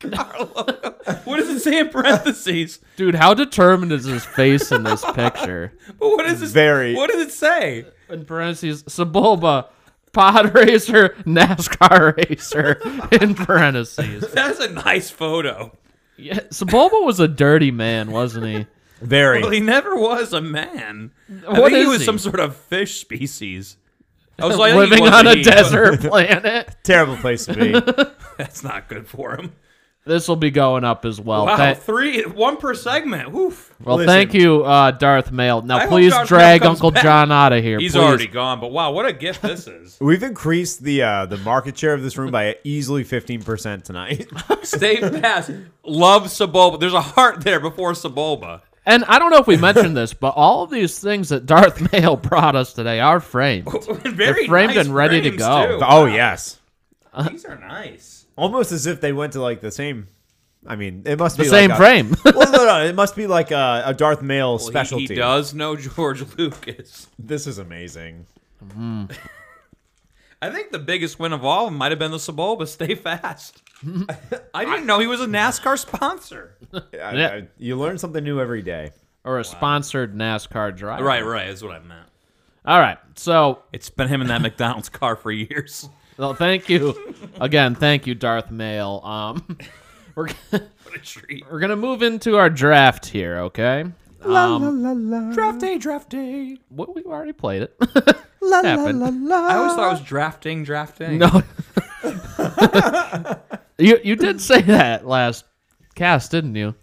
S2: NASCAR logo? What does it say in parentheses?
S3: Dude, how determined is his face in this picture?
S2: But what is this?
S5: Very.
S2: What does it say?
S3: in parentheses Sebulba pod racer NASCAR racer in parentheses.
S2: That's a nice photo.
S3: Yeah, Sebulba was a dirty man, wasn't he?
S2: Well,
S5: Very.
S2: he never was a man. I
S3: What
S2: think he
S3: is
S2: was
S3: he?
S2: some sort of fish species. I was like, I think he
S3: Living
S2: was
S3: on a
S2: he-
S3: desert planet.
S5: Terrible place to be.
S2: That's not good for him.
S3: This will be going up as well.
S2: Wow,
S3: Tha-
S2: three, one per segment. Oof.
S3: well,
S5: listen.
S3: thank you, uh, Darth Mail. Now,
S2: I hope
S3: please
S2: Darth Mail
S3: drag
S2: comes
S3: Uncle
S2: back.
S3: John out of here.
S2: He's
S3: please.
S2: already gone, but wow, what a gift this is.
S5: We've increased the uh, the market share of this room by easily 15% tonight.
S2: Stay fast. Love Sebulba. There's a heart there before Sebulba.
S3: And I don't know if we mentioned this, but all of these things that Darth Mail brought us today are framed.
S2: Oh, Very
S3: framed
S2: nice
S3: and ready to
S2: frames,
S3: go.
S2: too.
S5: Oh, yes.
S2: These are nice.
S5: Almost as if they went to like the same. I mean, it must
S3: The
S5: be
S3: same
S5: like a-
S3: frame.
S5: well, no, no, it must be like a, a Darth Mail
S2: Well, he-
S5: specialty.
S2: He, does know George Lucas.
S5: This is amazing.
S2: I think the biggest win of all might have been the Sebulba. Stay fast. I didn't know he was a NASCAR sponsor.
S5: I-
S3: Yeah.
S5: I- you learn something new every day.
S3: or a sponsored NASCAR driver.
S2: Right, right. That's what I meant.
S3: All right. So
S2: It's been him in that McDonald's car for years.
S3: Well, thank you again. Thank you, Darth Mail. Um, we're
S2: What a treat.
S3: we're gonna move into our draft here, okay? Um,
S2: Draft day, draft day.
S3: what we already played it. Happened.
S2: I always thought I was drafting, drafting.
S3: No, You you did say that last cast, didn't you?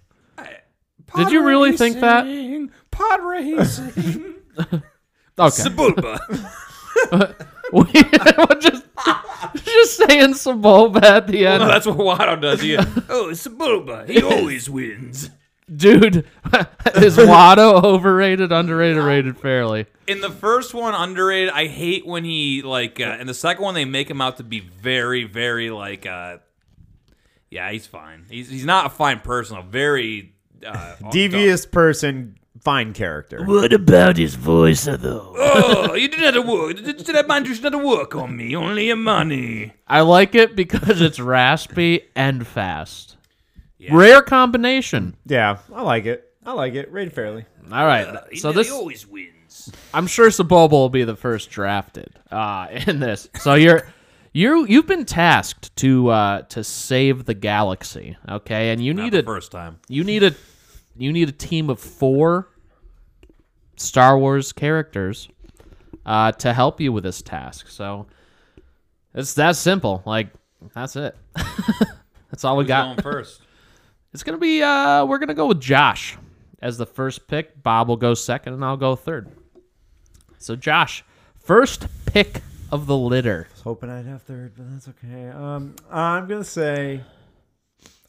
S3: Did you really think that?
S2: Racing, Pod racing.
S3: Okay.
S2: Sebulba.
S3: we we're just just saying Sebulba at the
S2: No,
S3: end,
S2: that's what Watto does. He, oh, Sebulba. He always wins.
S3: dude. is Watto overrated, underrated, rated fairly?
S2: In the first one, underrated. I hate when he like. Uh, in the second one, they make him out to be very, very like. uh Yeah, he's fine. He's he's not a fine person. A very uh,
S4: Devious person, fine character.
S6: What about his voice, though?
S2: Oh, you did not work. Did that man just not work on me? Only your money.
S3: I like it because it's raspy and fast. Rare combination.
S4: Yeah, I like it. I like it. Rated fairly.
S3: All right.
S2: Uh,
S3: so this,
S2: always wins.
S3: I'm sure Sebulba will be the first drafted uh, in this. So you're you you've been tasked to uh, to save the galaxy, okay? And you
S2: Not
S3: need
S2: the
S3: a
S2: first time.
S3: you need a you need a team of four Star Wars characters uh, to help you with this task. So it's that simple. Like that's it. that's all we
S2: Who's
S3: got.
S2: going first?
S3: It's gonna be uh we're gonna go with Josh as the first pick. Bob will go second and I'll go third. So Josh, first pick of the litter.
S4: was hoping I'd have third, but that's okay. Um, I'm gonna say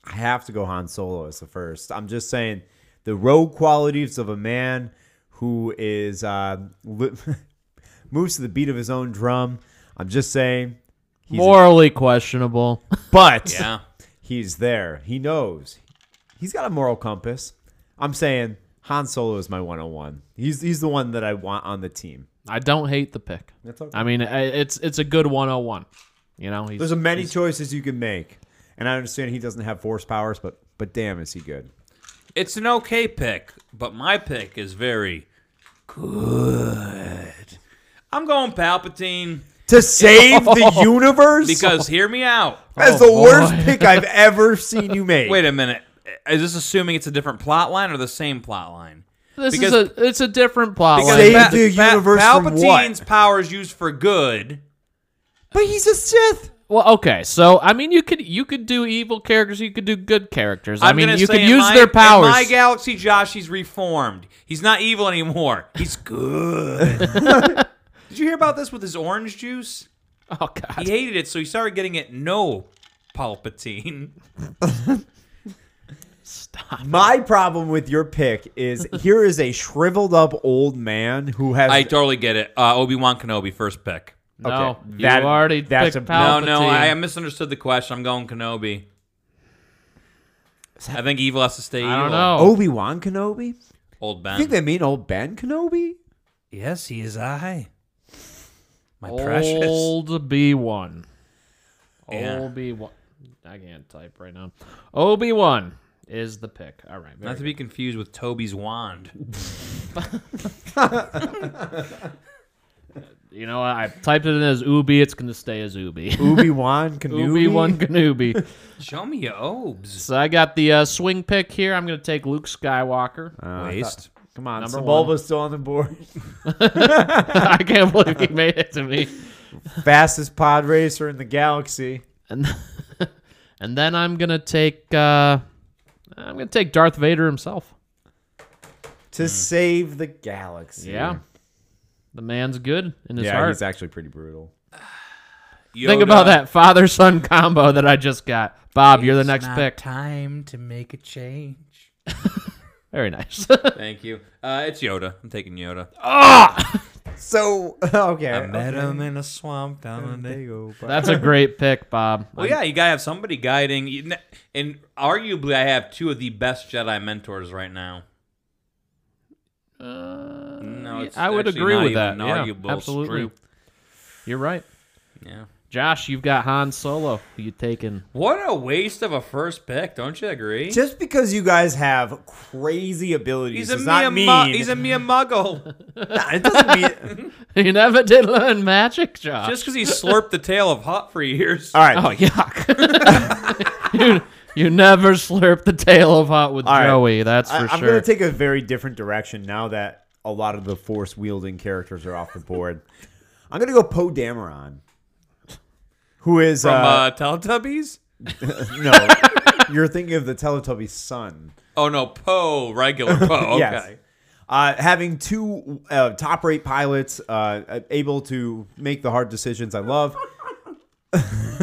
S4: I have to go Han Solo as the first. I'm just saying the rogue qualities of a man who is uh, li- moves to the beat of his own drum. I'm just saying,
S3: Morally questionable.
S4: but
S2: Yeah.
S4: he's there. He knows. He's got a moral compass. I'm saying Han Solo is my 101. He's he's the one that I want on the team.
S3: I don't hate the pick.
S4: okay.
S3: I mean, I- it's it's a good 101. You know, he's
S4: There's a many choices you can make, and I understand he doesn't have force powers, but but damn, is he good.
S2: It's an okay pick, but my pick is very good. I'm going Palpatine
S4: to save the universe?
S2: because hear me out.
S4: that's
S3: Oh,
S4: the
S3: boy.
S4: worst pick I've ever seen you make.
S2: Wait a minute. Is this assuming it's a different plot line or the same plot line?
S3: This
S2: Because-
S3: is a it's a different plot
S2: Because
S3: line.
S4: Save the universe from what?
S2: Palpatine's power is used for good.
S4: but he's a Sith.
S3: well, okay, so I mean, you could you could do evil characters, you could do good characters. I
S2: I'm
S3: mean,
S2: gonna
S3: you
S2: say
S3: could
S2: in
S3: use
S2: my-
S3: their powers.
S2: In my galaxy, Josh, he's reformed. He's not evil anymore. He's good. Did you hear about this with his orange juice?
S3: oh God,
S2: He hated it, so he started getting it no Palpatine.
S4: My problem with your pick is here is a shriveled up old man who has.
S2: I totally get it. Uh, Obi Wan Kenobi, first pick.
S3: no,
S4: Okay,
S3: you
S4: that-
S3: already
S4: that's
S3: picked
S4: a-
S2: No,
S3: Palpatine.
S2: no, I, I misunderstood the question. I'm going Kenobi. I think evil has to stay evil.
S3: I don't know.
S4: Obi Wan Kenobi?
S2: Old
S4: I
S2: Ben.
S4: think they mean old Ben Kenobi?
S2: yes, he is I. My precious.
S3: Old B one.
S2: Yeah.
S3: Old B one. I can't type right now. Obi one is the pick. All right. very
S2: Not to be confused with Toby's wand.
S3: good. You know, I I typed it in as Ubi. It's gonna stay as Ubi.
S4: Obi Wan Kenobi?
S3: Ubi one Kenobi.
S2: Show me your obes.
S3: so I got the uh, swing pick here. I'm gonna take Luke Skywalker.
S4: Oh,
S2: Waste.
S4: Come on,
S3: Number
S4: Sebulba's still on the board.
S3: I can't believe he made it to me.
S4: Fastest pod racer in the galaxy.
S3: And and then I'm gonna take uh, I'm gonna take Darth Vader himself.
S4: To save the galaxy.
S3: Yeah. The man's good in his
S4: Yeah,
S3: heart.
S4: he's actually pretty brutal.
S3: Think
S2: Yoda,
S3: about that father son combo that I just got. Bob, you're the
S2: it's
S3: next
S2: not
S3: pick.
S2: Time to make a change.
S3: Very nice.
S2: Thank you. Uh, it's Yoda. I'm taking Yoda.
S4: So, okay.
S2: I met him in a swamp down in Dago.
S3: That's a great pick, Bob.
S2: Well, yeah, you gotta have somebody guiding. you kn- And arguably, I have two of the best Jedi mentors right now. no, it's
S3: I would
S2: actually
S3: agree
S2: not
S3: with
S2: even
S3: that. Yeah,
S2: arguable. It's
S3: absolutely.
S2: true.
S3: You're right.
S2: Yeah.
S3: Josh, you've got Han Solo. Who you taking?
S2: What a waste of a first pick, don't you agree?
S4: Just because you guys have crazy abilities
S2: He's a
S4: does not
S2: mere
S4: mean
S2: mu- he's a mere muggle.
S4: Nah, it doesn't mean.
S3: You never did learn magic, Josh.
S2: Just because he slurped the tail of Hot for years.
S4: All right,
S3: oh yuck. you, you never slurp the tail of hot with
S4: All right.
S3: Joey. That's
S4: I,
S3: for
S4: am
S3: sure.
S4: going to take a very different direction now that a lot of the force wielding characters are off the board. I'm going to go Poe Dameron, who is
S2: from
S4: uh,
S2: uh, Teletubbies.
S4: no, you're thinking of the Teletubbies son.
S2: Oh no, Poe, regular Poe. Okay.
S4: Yes. Uh, having two uh, top rate pilots uh, able to make the hard decisions, I love.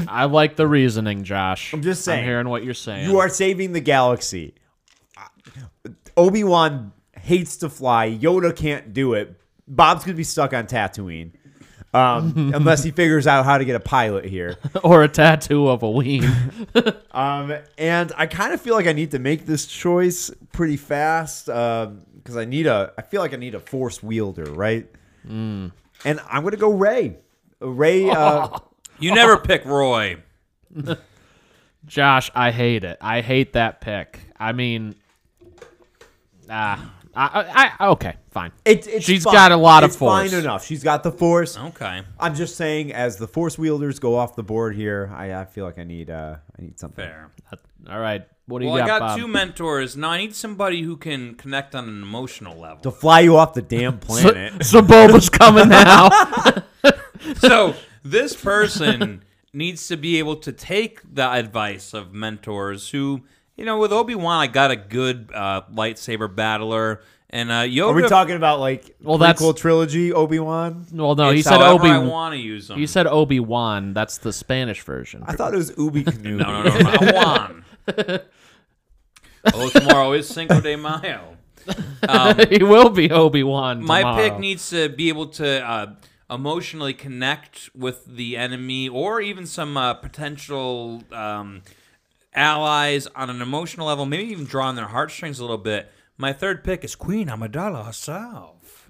S3: I like the reasoning, Josh. I'm
S4: just saying.
S3: I'm hearing what you're saying.
S4: You are saving the galaxy. Obi Wan hates to fly. Yoda can't do it. Bob's gonna be stuck on Tatooine, um, unless he figures out how to get a pilot here.
S3: or a tattoo of a ween.
S4: Um, and I kind of feel like I need to make this choice pretty fast because I need a. I feel like I need a force wielder, right?
S3: Mm.
S4: And I'm gonna go Ray. Ray. Uh,
S2: You never pick Roy.
S3: Josh, I hate it. I hate that pick. I mean, ah, I, I, I okay, fine.
S4: it, it's
S3: She's
S4: fine.
S3: got a lot of
S4: It's fine
S3: force.
S4: enough. She's got the force.
S2: Okay.
S4: I'm just saying, as the force wielders go off the board here, I, I feel like I need uh, I need something.
S2: Fair.
S3: All right, what do you
S2: Well, I
S3: got,
S2: got
S3: Bob?
S2: two mentors. Now I need somebody who can connect on an emotional level.
S4: To fly you off the damn planet.
S3: So Boba's coming now.
S2: so this person needs to be able to take the advice of mentors who, you know, with Obi Wan, I got a good uh, lightsaber battler, and uh, Yoda.
S4: Are we talking about like
S3: Well,
S4: well,
S3: that's-
S4: prequel trilogy Obi Wan?
S3: well, no,
S2: it's
S3: he said
S2: however I
S3: Obi.
S2: want to use them.
S3: He said Obi Wan. That's the Spanish version.
S4: I thought it was Ubi Canoe.
S2: No, no, no, no. Juan. oh, tomorrow is Cinco de Mayo.
S3: he will be Obi Wan.
S2: My pick needs to be able to uh, emotionally connect with the enemy or even some uh, potential um, allies on an emotional level, maybe even draw on their heartstrings a little bit. My third pick is Queen Amidala herself.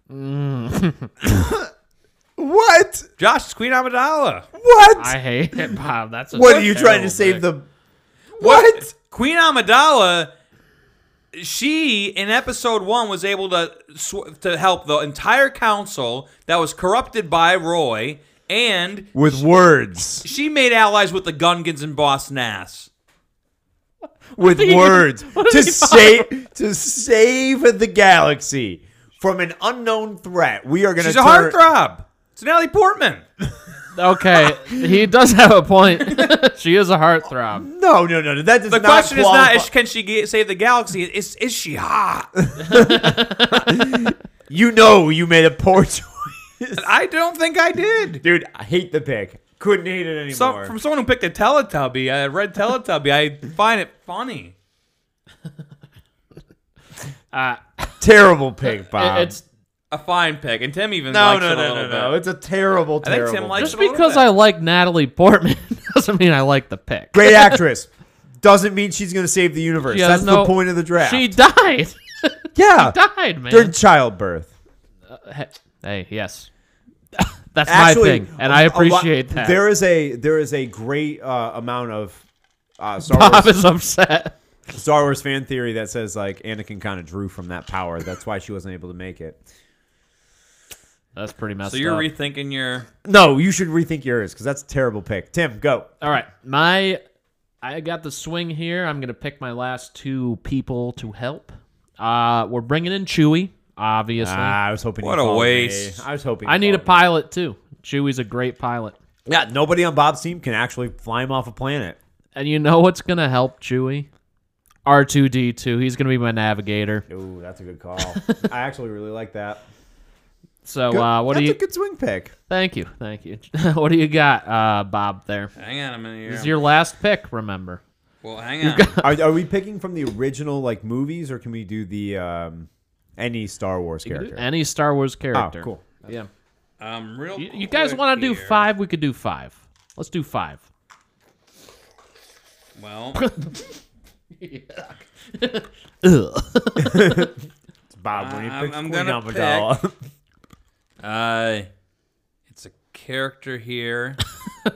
S4: What?
S2: Josh, it's Queen Amidala.
S4: What?
S3: I hate it, Bob. That's a
S4: what are you trying
S3: terrible
S4: to save
S3: pick.
S4: the? What?
S2: Queen Amidala, she in episode one was able to sw- to help the entire council that was corrupted by Roy, and
S4: With words.
S2: she made allies with the Gungans and Boss Nass.
S4: With
S3: are you-
S4: words.
S3: what are
S4: To
S3: you
S4: save to save the galaxy from an unknown threat. We are gonna
S2: She's a
S4: turn-
S2: heartthrob. It's Natalie Portman.
S3: Okay, he does have a point. she is a heartthrob.
S4: No, no, no, no. That does
S2: The
S4: not
S2: question is not
S4: qualify.
S2: is, can she get, save the galaxy? Is is she hot?
S4: you know you made a poor choice.
S2: I don't think I did.
S4: Dude, I hate the pick. Couldn't hate it anymore.
S2: Some, from someone who picked a Teletubby, a red Teletubby, I find it funny.
S4: terrible pick, Bob.
S3: It's
S2: A fine pick, and Tim even
S4: no,
S2: likes
S4: no,
S2: it a
S4: no,
S2: little
S4: no, no.
S2: bit.
S4: It's a terrible,
S2: I think
S4: terrible.
S2: Tim likes
S4: pick.
S3: just
S2: it a little
S3: because
S2: bit.
S3: I like Natalie Portman doesn't mean I like the pick.
S4: great actress. Doesn't mean she's going to save the universe.
S3: She has
S4: That's
S3: no-
S4: the point of the draft.
S3: She died.
S4: yeah,
S3: died, man.
S4: during childbirth.
S3: Hey- Hey, yes. That's
S4: Actually,
S3: my thing, and I
S4: a- a lot-
S3: appreciate that.
S4: There is a there is a great uh, amount of uh, Star
S3: Bob
S4: Wars
S3: is upset.
S4: Star Wars fan theory that says like Anakin kind of drew from that power. That's why she wasn't able to make it.
S3: That's pretty messed
S2: So you're
S3: up.
S2: rethinking your.
S4: No, you should rethink yours because that's a terrible pick. Tim, go.
S3: All right, my I got the swing here. I'm gonna pick my last two people to help. Uh, we're bringing in Chewie, obviously.
S4: Ah, I was hoping. you
S2: What a
S4: followed me.
S2: waste.
S4: I was hoping.
S3: I
S4: you
S3: need a
S4: followed me.
S3: pilot too. Chewie's a great pilot,
S4: Yeah, nobody on Bob's team can actually fly him off a planet.
S3: and you know what's gonna help Chewie? R two D two. He's gonna be my navigator.
S4: Ooh, that's a good call. I actually really like that.
S3: So uh, what
S4: that's
S3: do you?
S4: a good swing pick.
S3: Thank you, thank you. what do you got, uh, Bob? There.
S2: Hang on a minute
S3: This
S2: here.
S3: is your last pick. Remember.
S2: well, hang on.
S4: Are, are we picking from the original like movies, or can we do the um, any Star Wars character?
S3: Any Star Wars
S4: oh,
S3: character.
S4: cool.
S3: Yeah.
S2: Um, real.
S3: You, you guys
S2: quick
S3: want to do
S2: here.
S3: five? We could do five. Let's do five.
S2: Well,
S4: It's Bob, when
S2: I-
S4: you
S2: I'm-
S4: pick
S2: Uh, I'm
S4: Queen
S2: gonna
S4: Amidala.
S2: uh, it's a character here.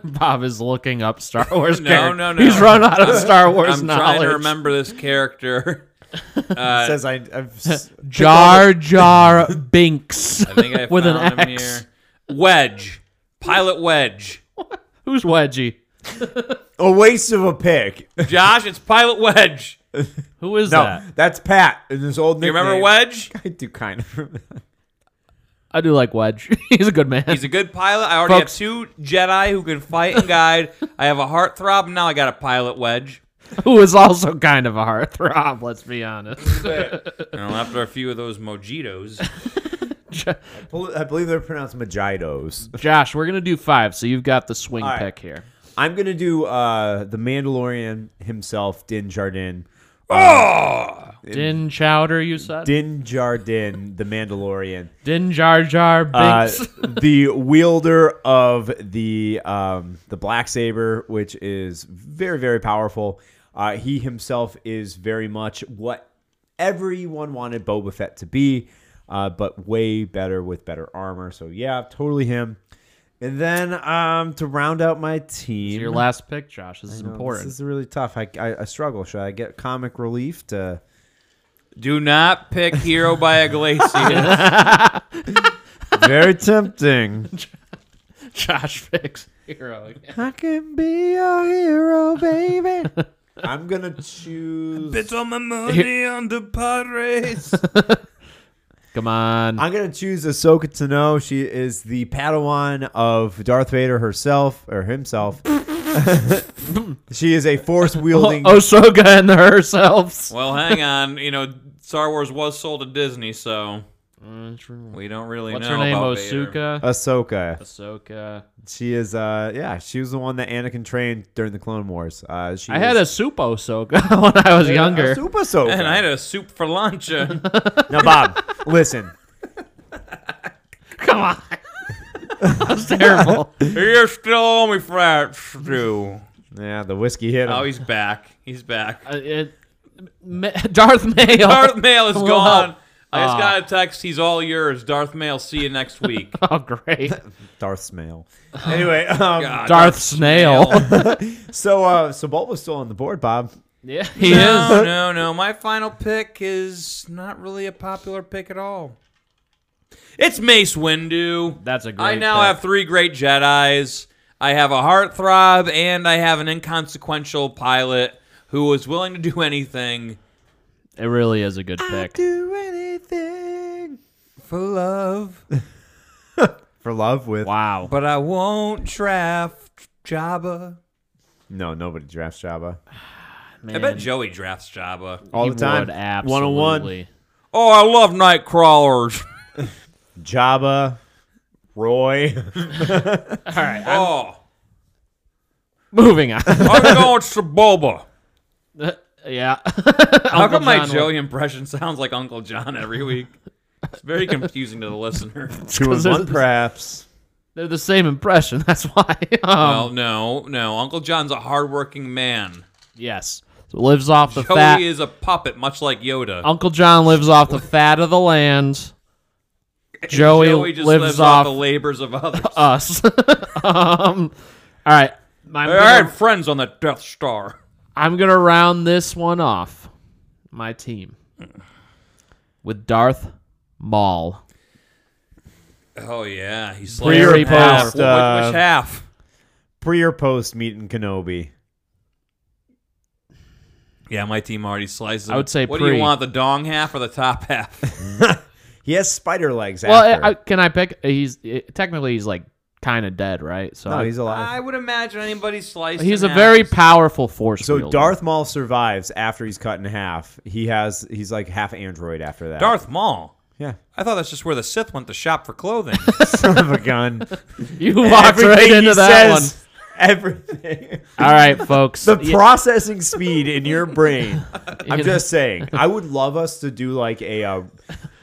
S3: Bob is looking up Star Wars.
S2: No,
S3: character-
S2: no, no.
S3: He's run out of Star Wars
S2: I'm
S3: knowledge.
S2: trying to remember this character. uh,
S4: says I. I've, s-
S3: Jar Jar Binks.
S2: I think I
S3: With an
S2: found him
S3: X.
S2: here. Wedge, Pilot Wedge.
S3: Who's Wedgie?
S4: a waste of a pick.
S2: Josh, it's Pilot Wedge.
S3: Who is
S4: No,
S3: that?
S4: that's Pat in his old
S2: You
S4: nickname.
S2: remember Wedge?
S4: I do kind of. remember.
S3: I I do like Wedge. He's a good man.
S2: He's a good pilot. I already
S3: Folks.
S2: have two Jedi who can fight and guide. I have a heartthrob. and Now I got a pilot wedge.
S3: who is also kind of a heartthrob. Let's be honest.
S2: You know, after a few of those mojitos,
S4: Well, I believe they're pronounced Majidos.
S3: Josh, we're gonna do five, so you've got the swing
S4: right.
S3: pick here.
S4: I'm gonna do uh, the Mandalorian himself, Din Djarin.
S3: Din Chowder, you said. Din,
S4: Din Djarin, the Mandalorian,
S3: Jar Jar
S4: uh,
S3: Binks.
S4: the wielder of the um, the black saber, which is very very powerful. Uh, he himself is very much what everyone wanted Boba Fett to be, uh, but way better with better armor. So yeah, totally him. And then um, to round out my team,
S3: Your last pick, Josh. This is
S4: No,
S3: important.
S4: This is really tough. I, I, I struggle. Should I get comic relief to?
S2: do not pick Hero by Iglesias.
S4: Very tempting.
S3: Josh picks hero.
S4: I can be a hero, baby. I'm gonna choose.
S2: It's all my money on the Padres.
S3: Come on.
S4: I'm gonna choose Ahsoka Tano. She is the Padawan of Darth Vader herself or himself. she is a force wielding.
S3: Oh, Osoga and herself.
S2: well, hang on. You know, Star Wars was sold to Disney, so we don't really
S3: Mm, What's
S2: know.
S3: her name?
S2: about Vader.
S3: Osuka.
S4: Ahsoka.
S3: Ahsoka.
S4: She is, uh, yeah, she was the one that Anakin trained during the Clone Wars. Uh, she
S3: I had a
S4: is-
S3: soup Osoka when I was younger.
S4: A super Ahsoka.
S2: And I had a soup for lancha.
S4: now, Bob, listen.
S3: Come on. That's terrible.
S2: You're still on me, frat stew.
S4: Yeah, the whiskey hit him.
S2: Oh, he's back. He's back.
S3: Uh, it- Ma- Darth Mail.
S2: Darth Mail is
S3: Well,
S2: gone. I just
S3: uh,
S2: got a text. He's all yours. Darth Mail. See you next week.
S3: Oh, great.
S4: Darth Smale. anyway, um,
S2: God,
S3: Darth Snail.
S4: so uh, so Bolt was still on the board, Bob.
S3: yeah, he is.
S2: No, no, no. My final pick is not really a popular pick at all. It's Mace Windu.
S3: That's a great
S2: I now
S3: pick.
S2: have three great Jedi's. I have a heartthrob, and I have an inconsequential pilot who was willing to do anything
S3: It really is a good pick.
S4: Do anything
S2: for love,
S4: for love with
S3: Wow.
S2: but I won't draft Jabba.
S4: no nobody drafts Jabba
S2: I bet Joey drafts Jabba.
S4: all
S3: he
S4: the time.
S3: Would, absolutely.
S4: 101.
S2: Oh, I love Nightcrawlers.
S4: Jabba, Roy.
S2: oh,
S3: Moving on.
S2: I'm going to Boba.
S3: yeah.
S2: How come my
S3: John
S2: Joey impression sounds like Uncle John every week? It's very confusing to the listener.
S4: Two and one, perhaps.
S3: They're the same impression. That's why. Um,
S2: well, no, no. Uncle John's a hardworking man.
S3: yes. So lives off the
S2: Joey
S3: fat.
S2: is a puppet, much like Yoda.
S3: Uncle John lives off the fat of the land. Joey,
S2: just
S3: lives,
S2: off
S3: off,
S2: the labors of others.
S3: us. um, all right. My- I'm,
S2: I had
S3: gonna,
S2: friends on the Death Star.
S3: I'm gonna round this one off. My team with Darth Maul.
S2: Oh yeah, he's
S3: Pre or
S2: like half.
S3: post,
S2: Which-
S4: uh,
S2: which half?
S4: Pre or post meeting Kenobi.
S2: Yeah, my team already slices.
S3: I would
S2: him.
S3: say
S2: What do
S3: pre.
S2: you want, the dong half or the top half?
S4: He has spider legs.
S3: Well,
S4: after.
S3: I, I, can I pick? He's eh, technically he's like kind of dead, right? So
S4: no,
S3: I-
S4: he's alive.
S2: I would imagine anybody sliced.
S3: he's
S2: in
S3: a
S2: half
S3: very
S2: is-
S3: powerful force.
S4: so
S3: wielder.
S4: Darth Maul survives after he's cut in half. He has he's like half android after that.
S2: Darth Maul.
S4: yeah,
S2: I thought that's just where the Sith went to shop for clothing.
S4: son of a gun.
S3: you walked right into that one.
S4: Everything.
S3: All right, folks.
S4: the
S3: Yeah,
S4: processing speed in your brain. I'm
S3: you know,
S4: just saying. I would love us to do like a. Uh,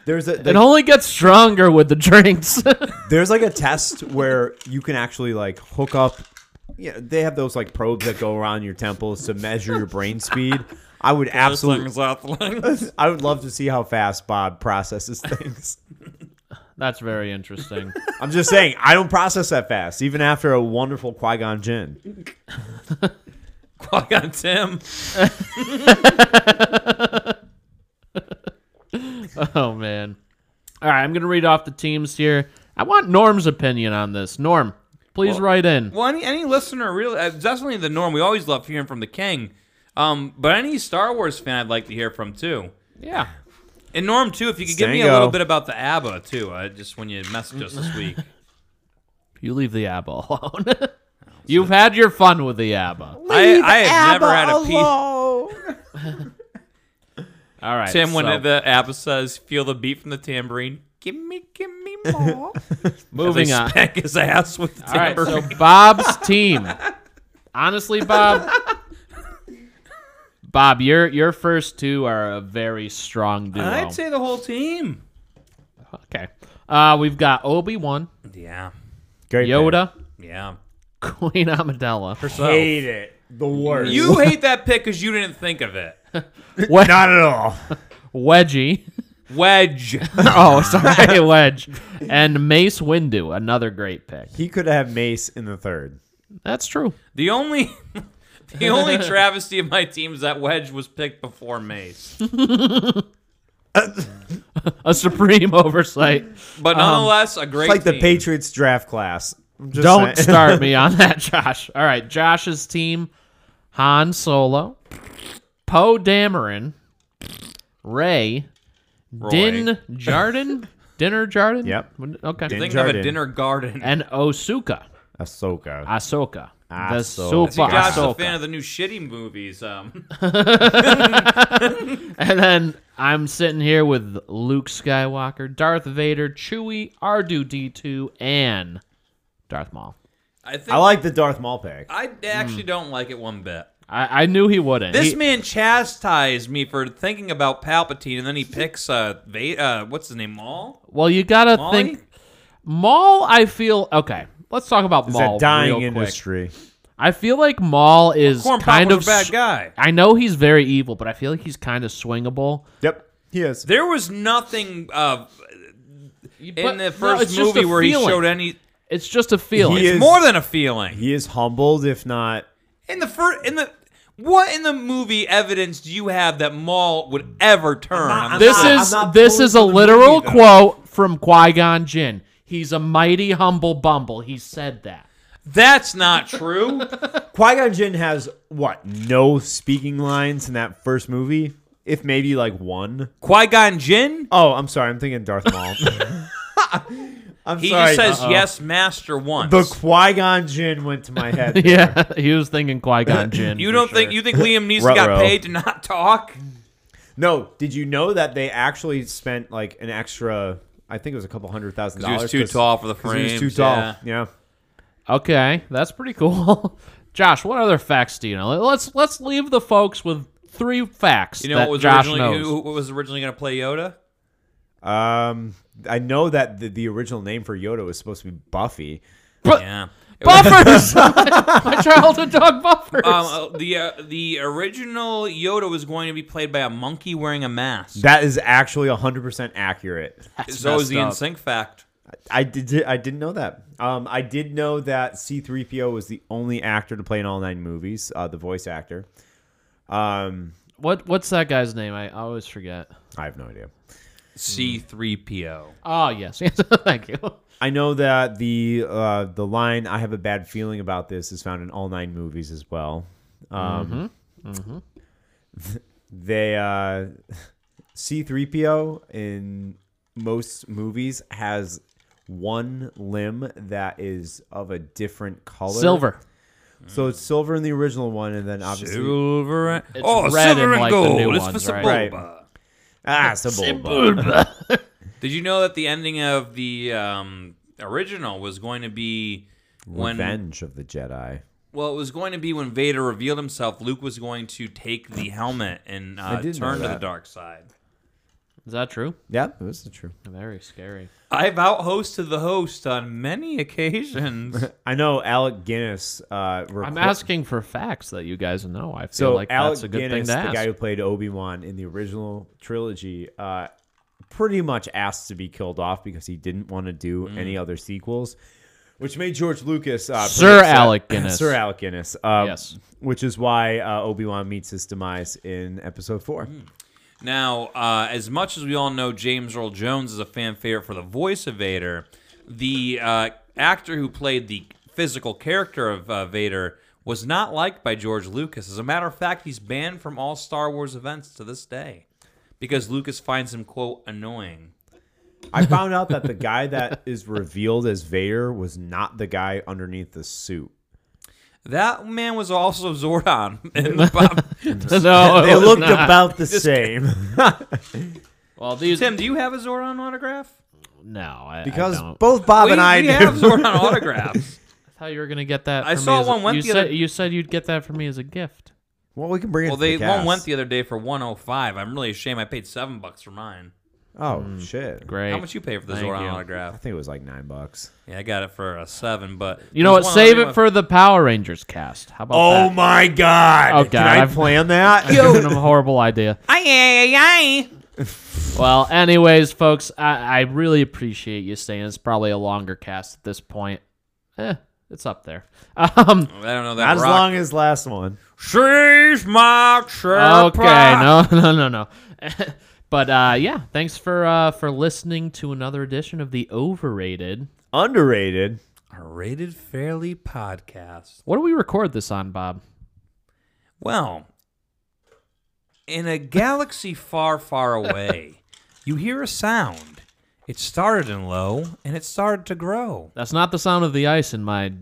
S4: there's a
S3: it only gets stronger with the drinks.
S4: there's like a test where you can actually like hook up. Yeah, they have those like probes that go around your temples to measure your brain speed. I would absolutely. I would love to see how fast Bob processes things.
S3: That's very interesting.
S4: I'm just saying, I don't process that fast, even after a wonderful Qui Gon Jinn.
S2: Qui-Gon Tim.
S3: oh man. All right, I'm gonna read off the teams here. I want Norm's opinion on this. Norm, please write in.
S2: Well, any, any listener, really, uh, definitely the norm. We always love hearing from the king. Um, but any Star Wars fan, I'd like to hear from too.
S3: Yeah.
S2: And Norm too, if you could give me a
S4: Stango.
S2: little bit about the ABBA too, uh, just when you messaged us this week.
S3: You leave the ABBA alone. You've had your fun with the ABBA.
S2: I, I have never had a piece.
S3: All right,
S2: Tim, when
S3: so
S2: the ABBA says, "Feel the beat from the tambourine," give me, give me more.
S3: moving on.
S2: Smack his ass with the
S3: All right,
S2: tambourine.
S3: so Bob's team. Honestly, Bob. Bob, your your first two are a very strong duo.
S2: I'd say the whole team.
S3: okay. Uh, we've got Obi Wan,
S2: Yeah,
S4: Great
S3: Yoda,
S2: yeah.
S3: Queen Amidala.
S2: Herself.
S4: Hate it. The worst.
S2: You hate that pick because you didn't think of it.
S4: Not at all.
S3: Wedgie.
S2: Wedge.
S3: oh, sorry, Wedge. And Mace Windu, another great pick.
S4: He could have Mace in the third.
S3: That's true.
S2: The only. The only travesty of my team is that Wedge was picked before Mace.
S3: A supreme oversight.
S2: But nonetheless, a great
S4: It's like the
S2: team.
S4: Patriots draft class. I'm just
S3: Don't
S4: saying.
S3: start me on that, Josh. All right, Josh's team: Han Solo, Poe Dameron, Ray,
S2: Roy.
S3: Din Jardin, Dinner Jardin.
S4: Yep.
S3: Okay.
S4: Din-
S2: Think of a
S4: Jardin.
S2: dinner garden.
S3: and Osuka,
S4: Ahsoka.
S3: Ahsoka, the
S4: Ahsoka.
S2: See,
S3: Supa
S2: Josh's a
S3: Ahsoka.
S2: fan of the new shitty movies. Um,
S3: and then I'm sitting here with Luke Skywalker, Darth Vader, Chewie, R2D2, and Darth Maul.
S2: I Mm. think
S4: I like the Darth Maul pick.
S2: I actually don't like it one bit.
S3: I, I knew he wouldn't.
S2: This
S3: He-
S2: man chastised me for thinking about Palpatine, and then he picks uh, Va- uh what's his name, Maul?
S3: well, you gotta
S2: Maul?
S3: think Maul, I feel okay. Let's talk about
S4: It's
S3: Maul
S4: a dying
S3: real quick.
S4: industry.
S3: I feel like Maul is
S2: Corn Pop
S3: kind
S2: was
S3: of
S2: a bad
S3: s-
S2: guy.
S3: I know he's very evil, but I feel like he's kind of swingable.
S4: Yep. He is.
S2: There was nothing uh, in
S3: But-
S2: the
S3: no,
S2: first
S3: it's just
S2: movie
S3: a
S2: where he
S3: feeling.
S2: showed any.
S3: It's just a feeling.
S4: He
S2: It's
S4: is-
S2: more than a feeling.
S4: He is humbled, if not.
S2: In the first, in the what in the movie evidence do you have that Maul would ever turn? on the
S3: this
S2: side?
S3: is this is a literal quote from Qui Gon Jinn. He's a mighty humble bumble. He said that.
S2: that's not true.
S4: Qui Gon Jinn has what? No speaking lines in that first movie, if maybe like one.
S2: Qui Gon Jinn.
S4: Oh, I'm sorry. I'm thinking Darth Maul. I'm
S2: He
S4: sorry.
S2: just says yes, Master. Once
S4: the Qui Gon Jinn went to my head. there.
S3: Yeah, he was thinking Qui Gon Jinn.
S2: you
S3: for
S2: don't
S3: sure.
S2: think you think Liam Neeson
S4: Ruh-roh.
S2: got paid to not talk?
S4: No, did you know that they actually spent like an extra? I think it was a couple hundred thousand
S2: 'Cause he was
S4: dollars.
S2: too tall for the
S4: 'cause He was too
S2: frames,
S4: tall.
S2: yeah.
S4: Yeah.
S3: Okay, that's pretty cool. Josh, what other facts do you know? Let's let's leave the folks with three facts
S2: You know
S3: that
S2: what was
S3: Josh
S2: originally
S3: knows.
S2: who what was originally going to play Yoda?
S4: Um, I know that the, the original name for Yoda was supposed to be Buffy.
S2: Yeah. It was-
S3: Buffers, my childhood dog buffers.
S2: um, uh, the uh, the original Yoda was going to be played by a monkey wearing a mask.
S4: That is actually hundred percent accurate.
S2: so is the
S3: messed
S2: NSYNC fact.
S4: I did. I didn't know that. Um, I did know that C-3PO was the only actor to play in all nine movies. Uh, the voice actor. Um,
S3: what what's that guy's name? I always forget.
S4: I have no idea.
S2: C3PO.
S3: Oh yes, yes. Thank you.
S4: I know that the uh, the line "I have a bad feeling about this" is found in all nine movies as well. Um,
S3: Mm-hmm.
S4: They uh, C-3PO in most movies has one limb that is of a different color.
S3: Silver.
S4: So it's silver in the original one, and then obviously
S2: Silver and,
S3: It's
S2: oh,
S3: red
S2: silver
S3: and,
S2: and
S3: like, the
S2: gold.
S3: new
S2: It's
S3: ones,
S2: for
S3: right?
S2: Sebulba.
S4: ah, Sebulba.
S2: Did you know that the ending of the um, original was going to be when
S4: Revenge of the Jedi.
S2: well it was going to be when Vader revealed himself, Luke was going to take the helmet and uh,
S4: did know
S2: turn to the
S4: that.
S2: dark side.
S3: Is that true?
S4: Yeah, this is true.
S3: Very scary.
S2: I've out-hosted the host on many occasions.
S4: I know Alec Guinness. Uh,
S3: I'm
S4: requ-
S3: asking for facts that you guys know. I feel
S4: So
S3: like
S4: Alec
S3: that's a good
S4: Guinness,
S3: thing to
S4: the
S3: ask.
S4: guy who played Obi Wan in the original trilogy, uh, pretty much asked to be killed off because he didn't want to do
S3: Mm.
S4: any other sequels, which made George Lucas, uh, pretty
S3: Sir
S4: upset.
S3: Alec Guinness.
S4: Sir Alec Guinness, uh,
S3: Yes.
S4: which is why uh, Obi Wan meets his demise in Episode Four.
S3: Mm.
S2: Now, uh, as much as we all know James Earl Jones is a fan favorite for the voice of Vader, the uh, actor who played the physical character of uh, Vader was not liked by George Lucas. As a matter of fact, he's banned from all Star Wars events to this day because Lucas finds him quote annoying.
S5: I found out that the guy that is revealed as Vader was not the guy underneath the suit.
S2: That man was also Zordon in the pop.
S3: no,
S5: They
S3: it was
S5: looked
S3: Oh, not.
S5: about the same.
S3: Well, these
S2: Tim, do you have a Zordon autograph?
S3: no, I,
S5: Because
S3: I don't.
S5: both Bob
S2: we,
S5: and I
S2: we
S5: do.
S2: have Zordon autographs.
S3: I thought you were gonna get that.
S2: I
S3: for me
S2: saw
S3: as a-
S2: one went
S3: You
S2: the
S3: said
S2: other-
S3: you said you'd get that for me as a gift.
S5: well, we can bring it.
S2: well,
S5: to the
S2: they one
S5: cast.
S2: went the other day for 105. I'm really ashamed. I paid seven bucks for mine.
S5: Oh
S2: Mm.
S5: shit!
S3: Great.
S2: How much you pay for the
S3: Thank
S2: Zordon
S3: you.
S5: I
S2: autograph?
S5: think it was like nine bucks.
S2: Yeah, I got it for a seven, but
S3: You know
S2: there's
S3: what?
S2: one
S3: Save
S2: other
S3: it for the Power Rangers cast. How
S2: Oh
S3: about that?
S5: my god!
S3: Oh, God, I've-
S5: plan that?
S3: I've given him a horrible idea. Well, anyways, folks, I, I really appreciate you staying. It's probably a longer cast at this point. Eh, it's up there. Um,
S2: one- I don't know that
S5: Not as
S2: rock.
S5: long as last one.
S2: She's my
S3: okay,
S2: trapper.
S3: no, no, no, no. but uh, yeah, thanks for uh, for listening to another edition of the Overrated.
S5: Underrated.
S2: A rated fairly podcast.
S3: What do we record this on, Bob?
S2: Well, in a galaxy far, far away, you hear a sound. It started in low and it started to grow.
S3: That's not the sound of the ice in my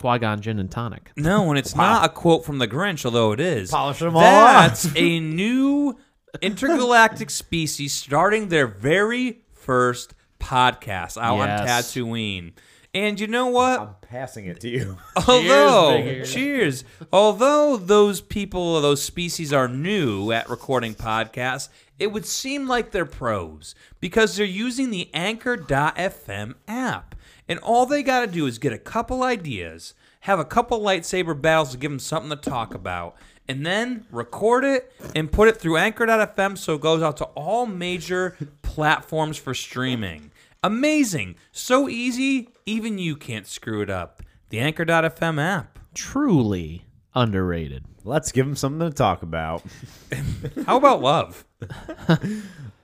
S3: Qui-Gon gin and tonic.
S2: No, and it's not a quote from the Grinch, although it is.
S5: Polish 'em all
S2: That's a new intergalactic species starting their very first podcast out
S3: Yes.
S2: on Tatooine. And you know what?
S5: I'm passing it to you.
S2: Although, cheers, Although those people, those species are new at recording podcasts, it would seem like they're pros because they're using the Anchor.fm app. And all they got to do is get a couple ideas, have a couple lightsaber battles to give them something to talk about, and then record it and put it through Anchor.fm so it goes out to all major platforms for streaming. Amazing. So easy, even you can't screw it up. The Anchor.fm app.
S3: Truly underrated.
S5: Let's give him something to talk about.
S2: How about love?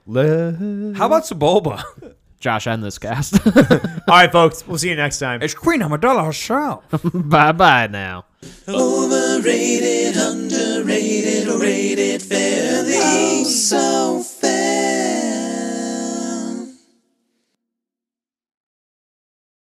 S5: Le-
S2: How about Sebulba?
S3: Josh, end this cast.
S5: All right, folks. We'll see you next time.
S2: It's Queen Amidala herself.
S3: bye bye now.
S1: Overrated, underrated, rated fairly. Oh, so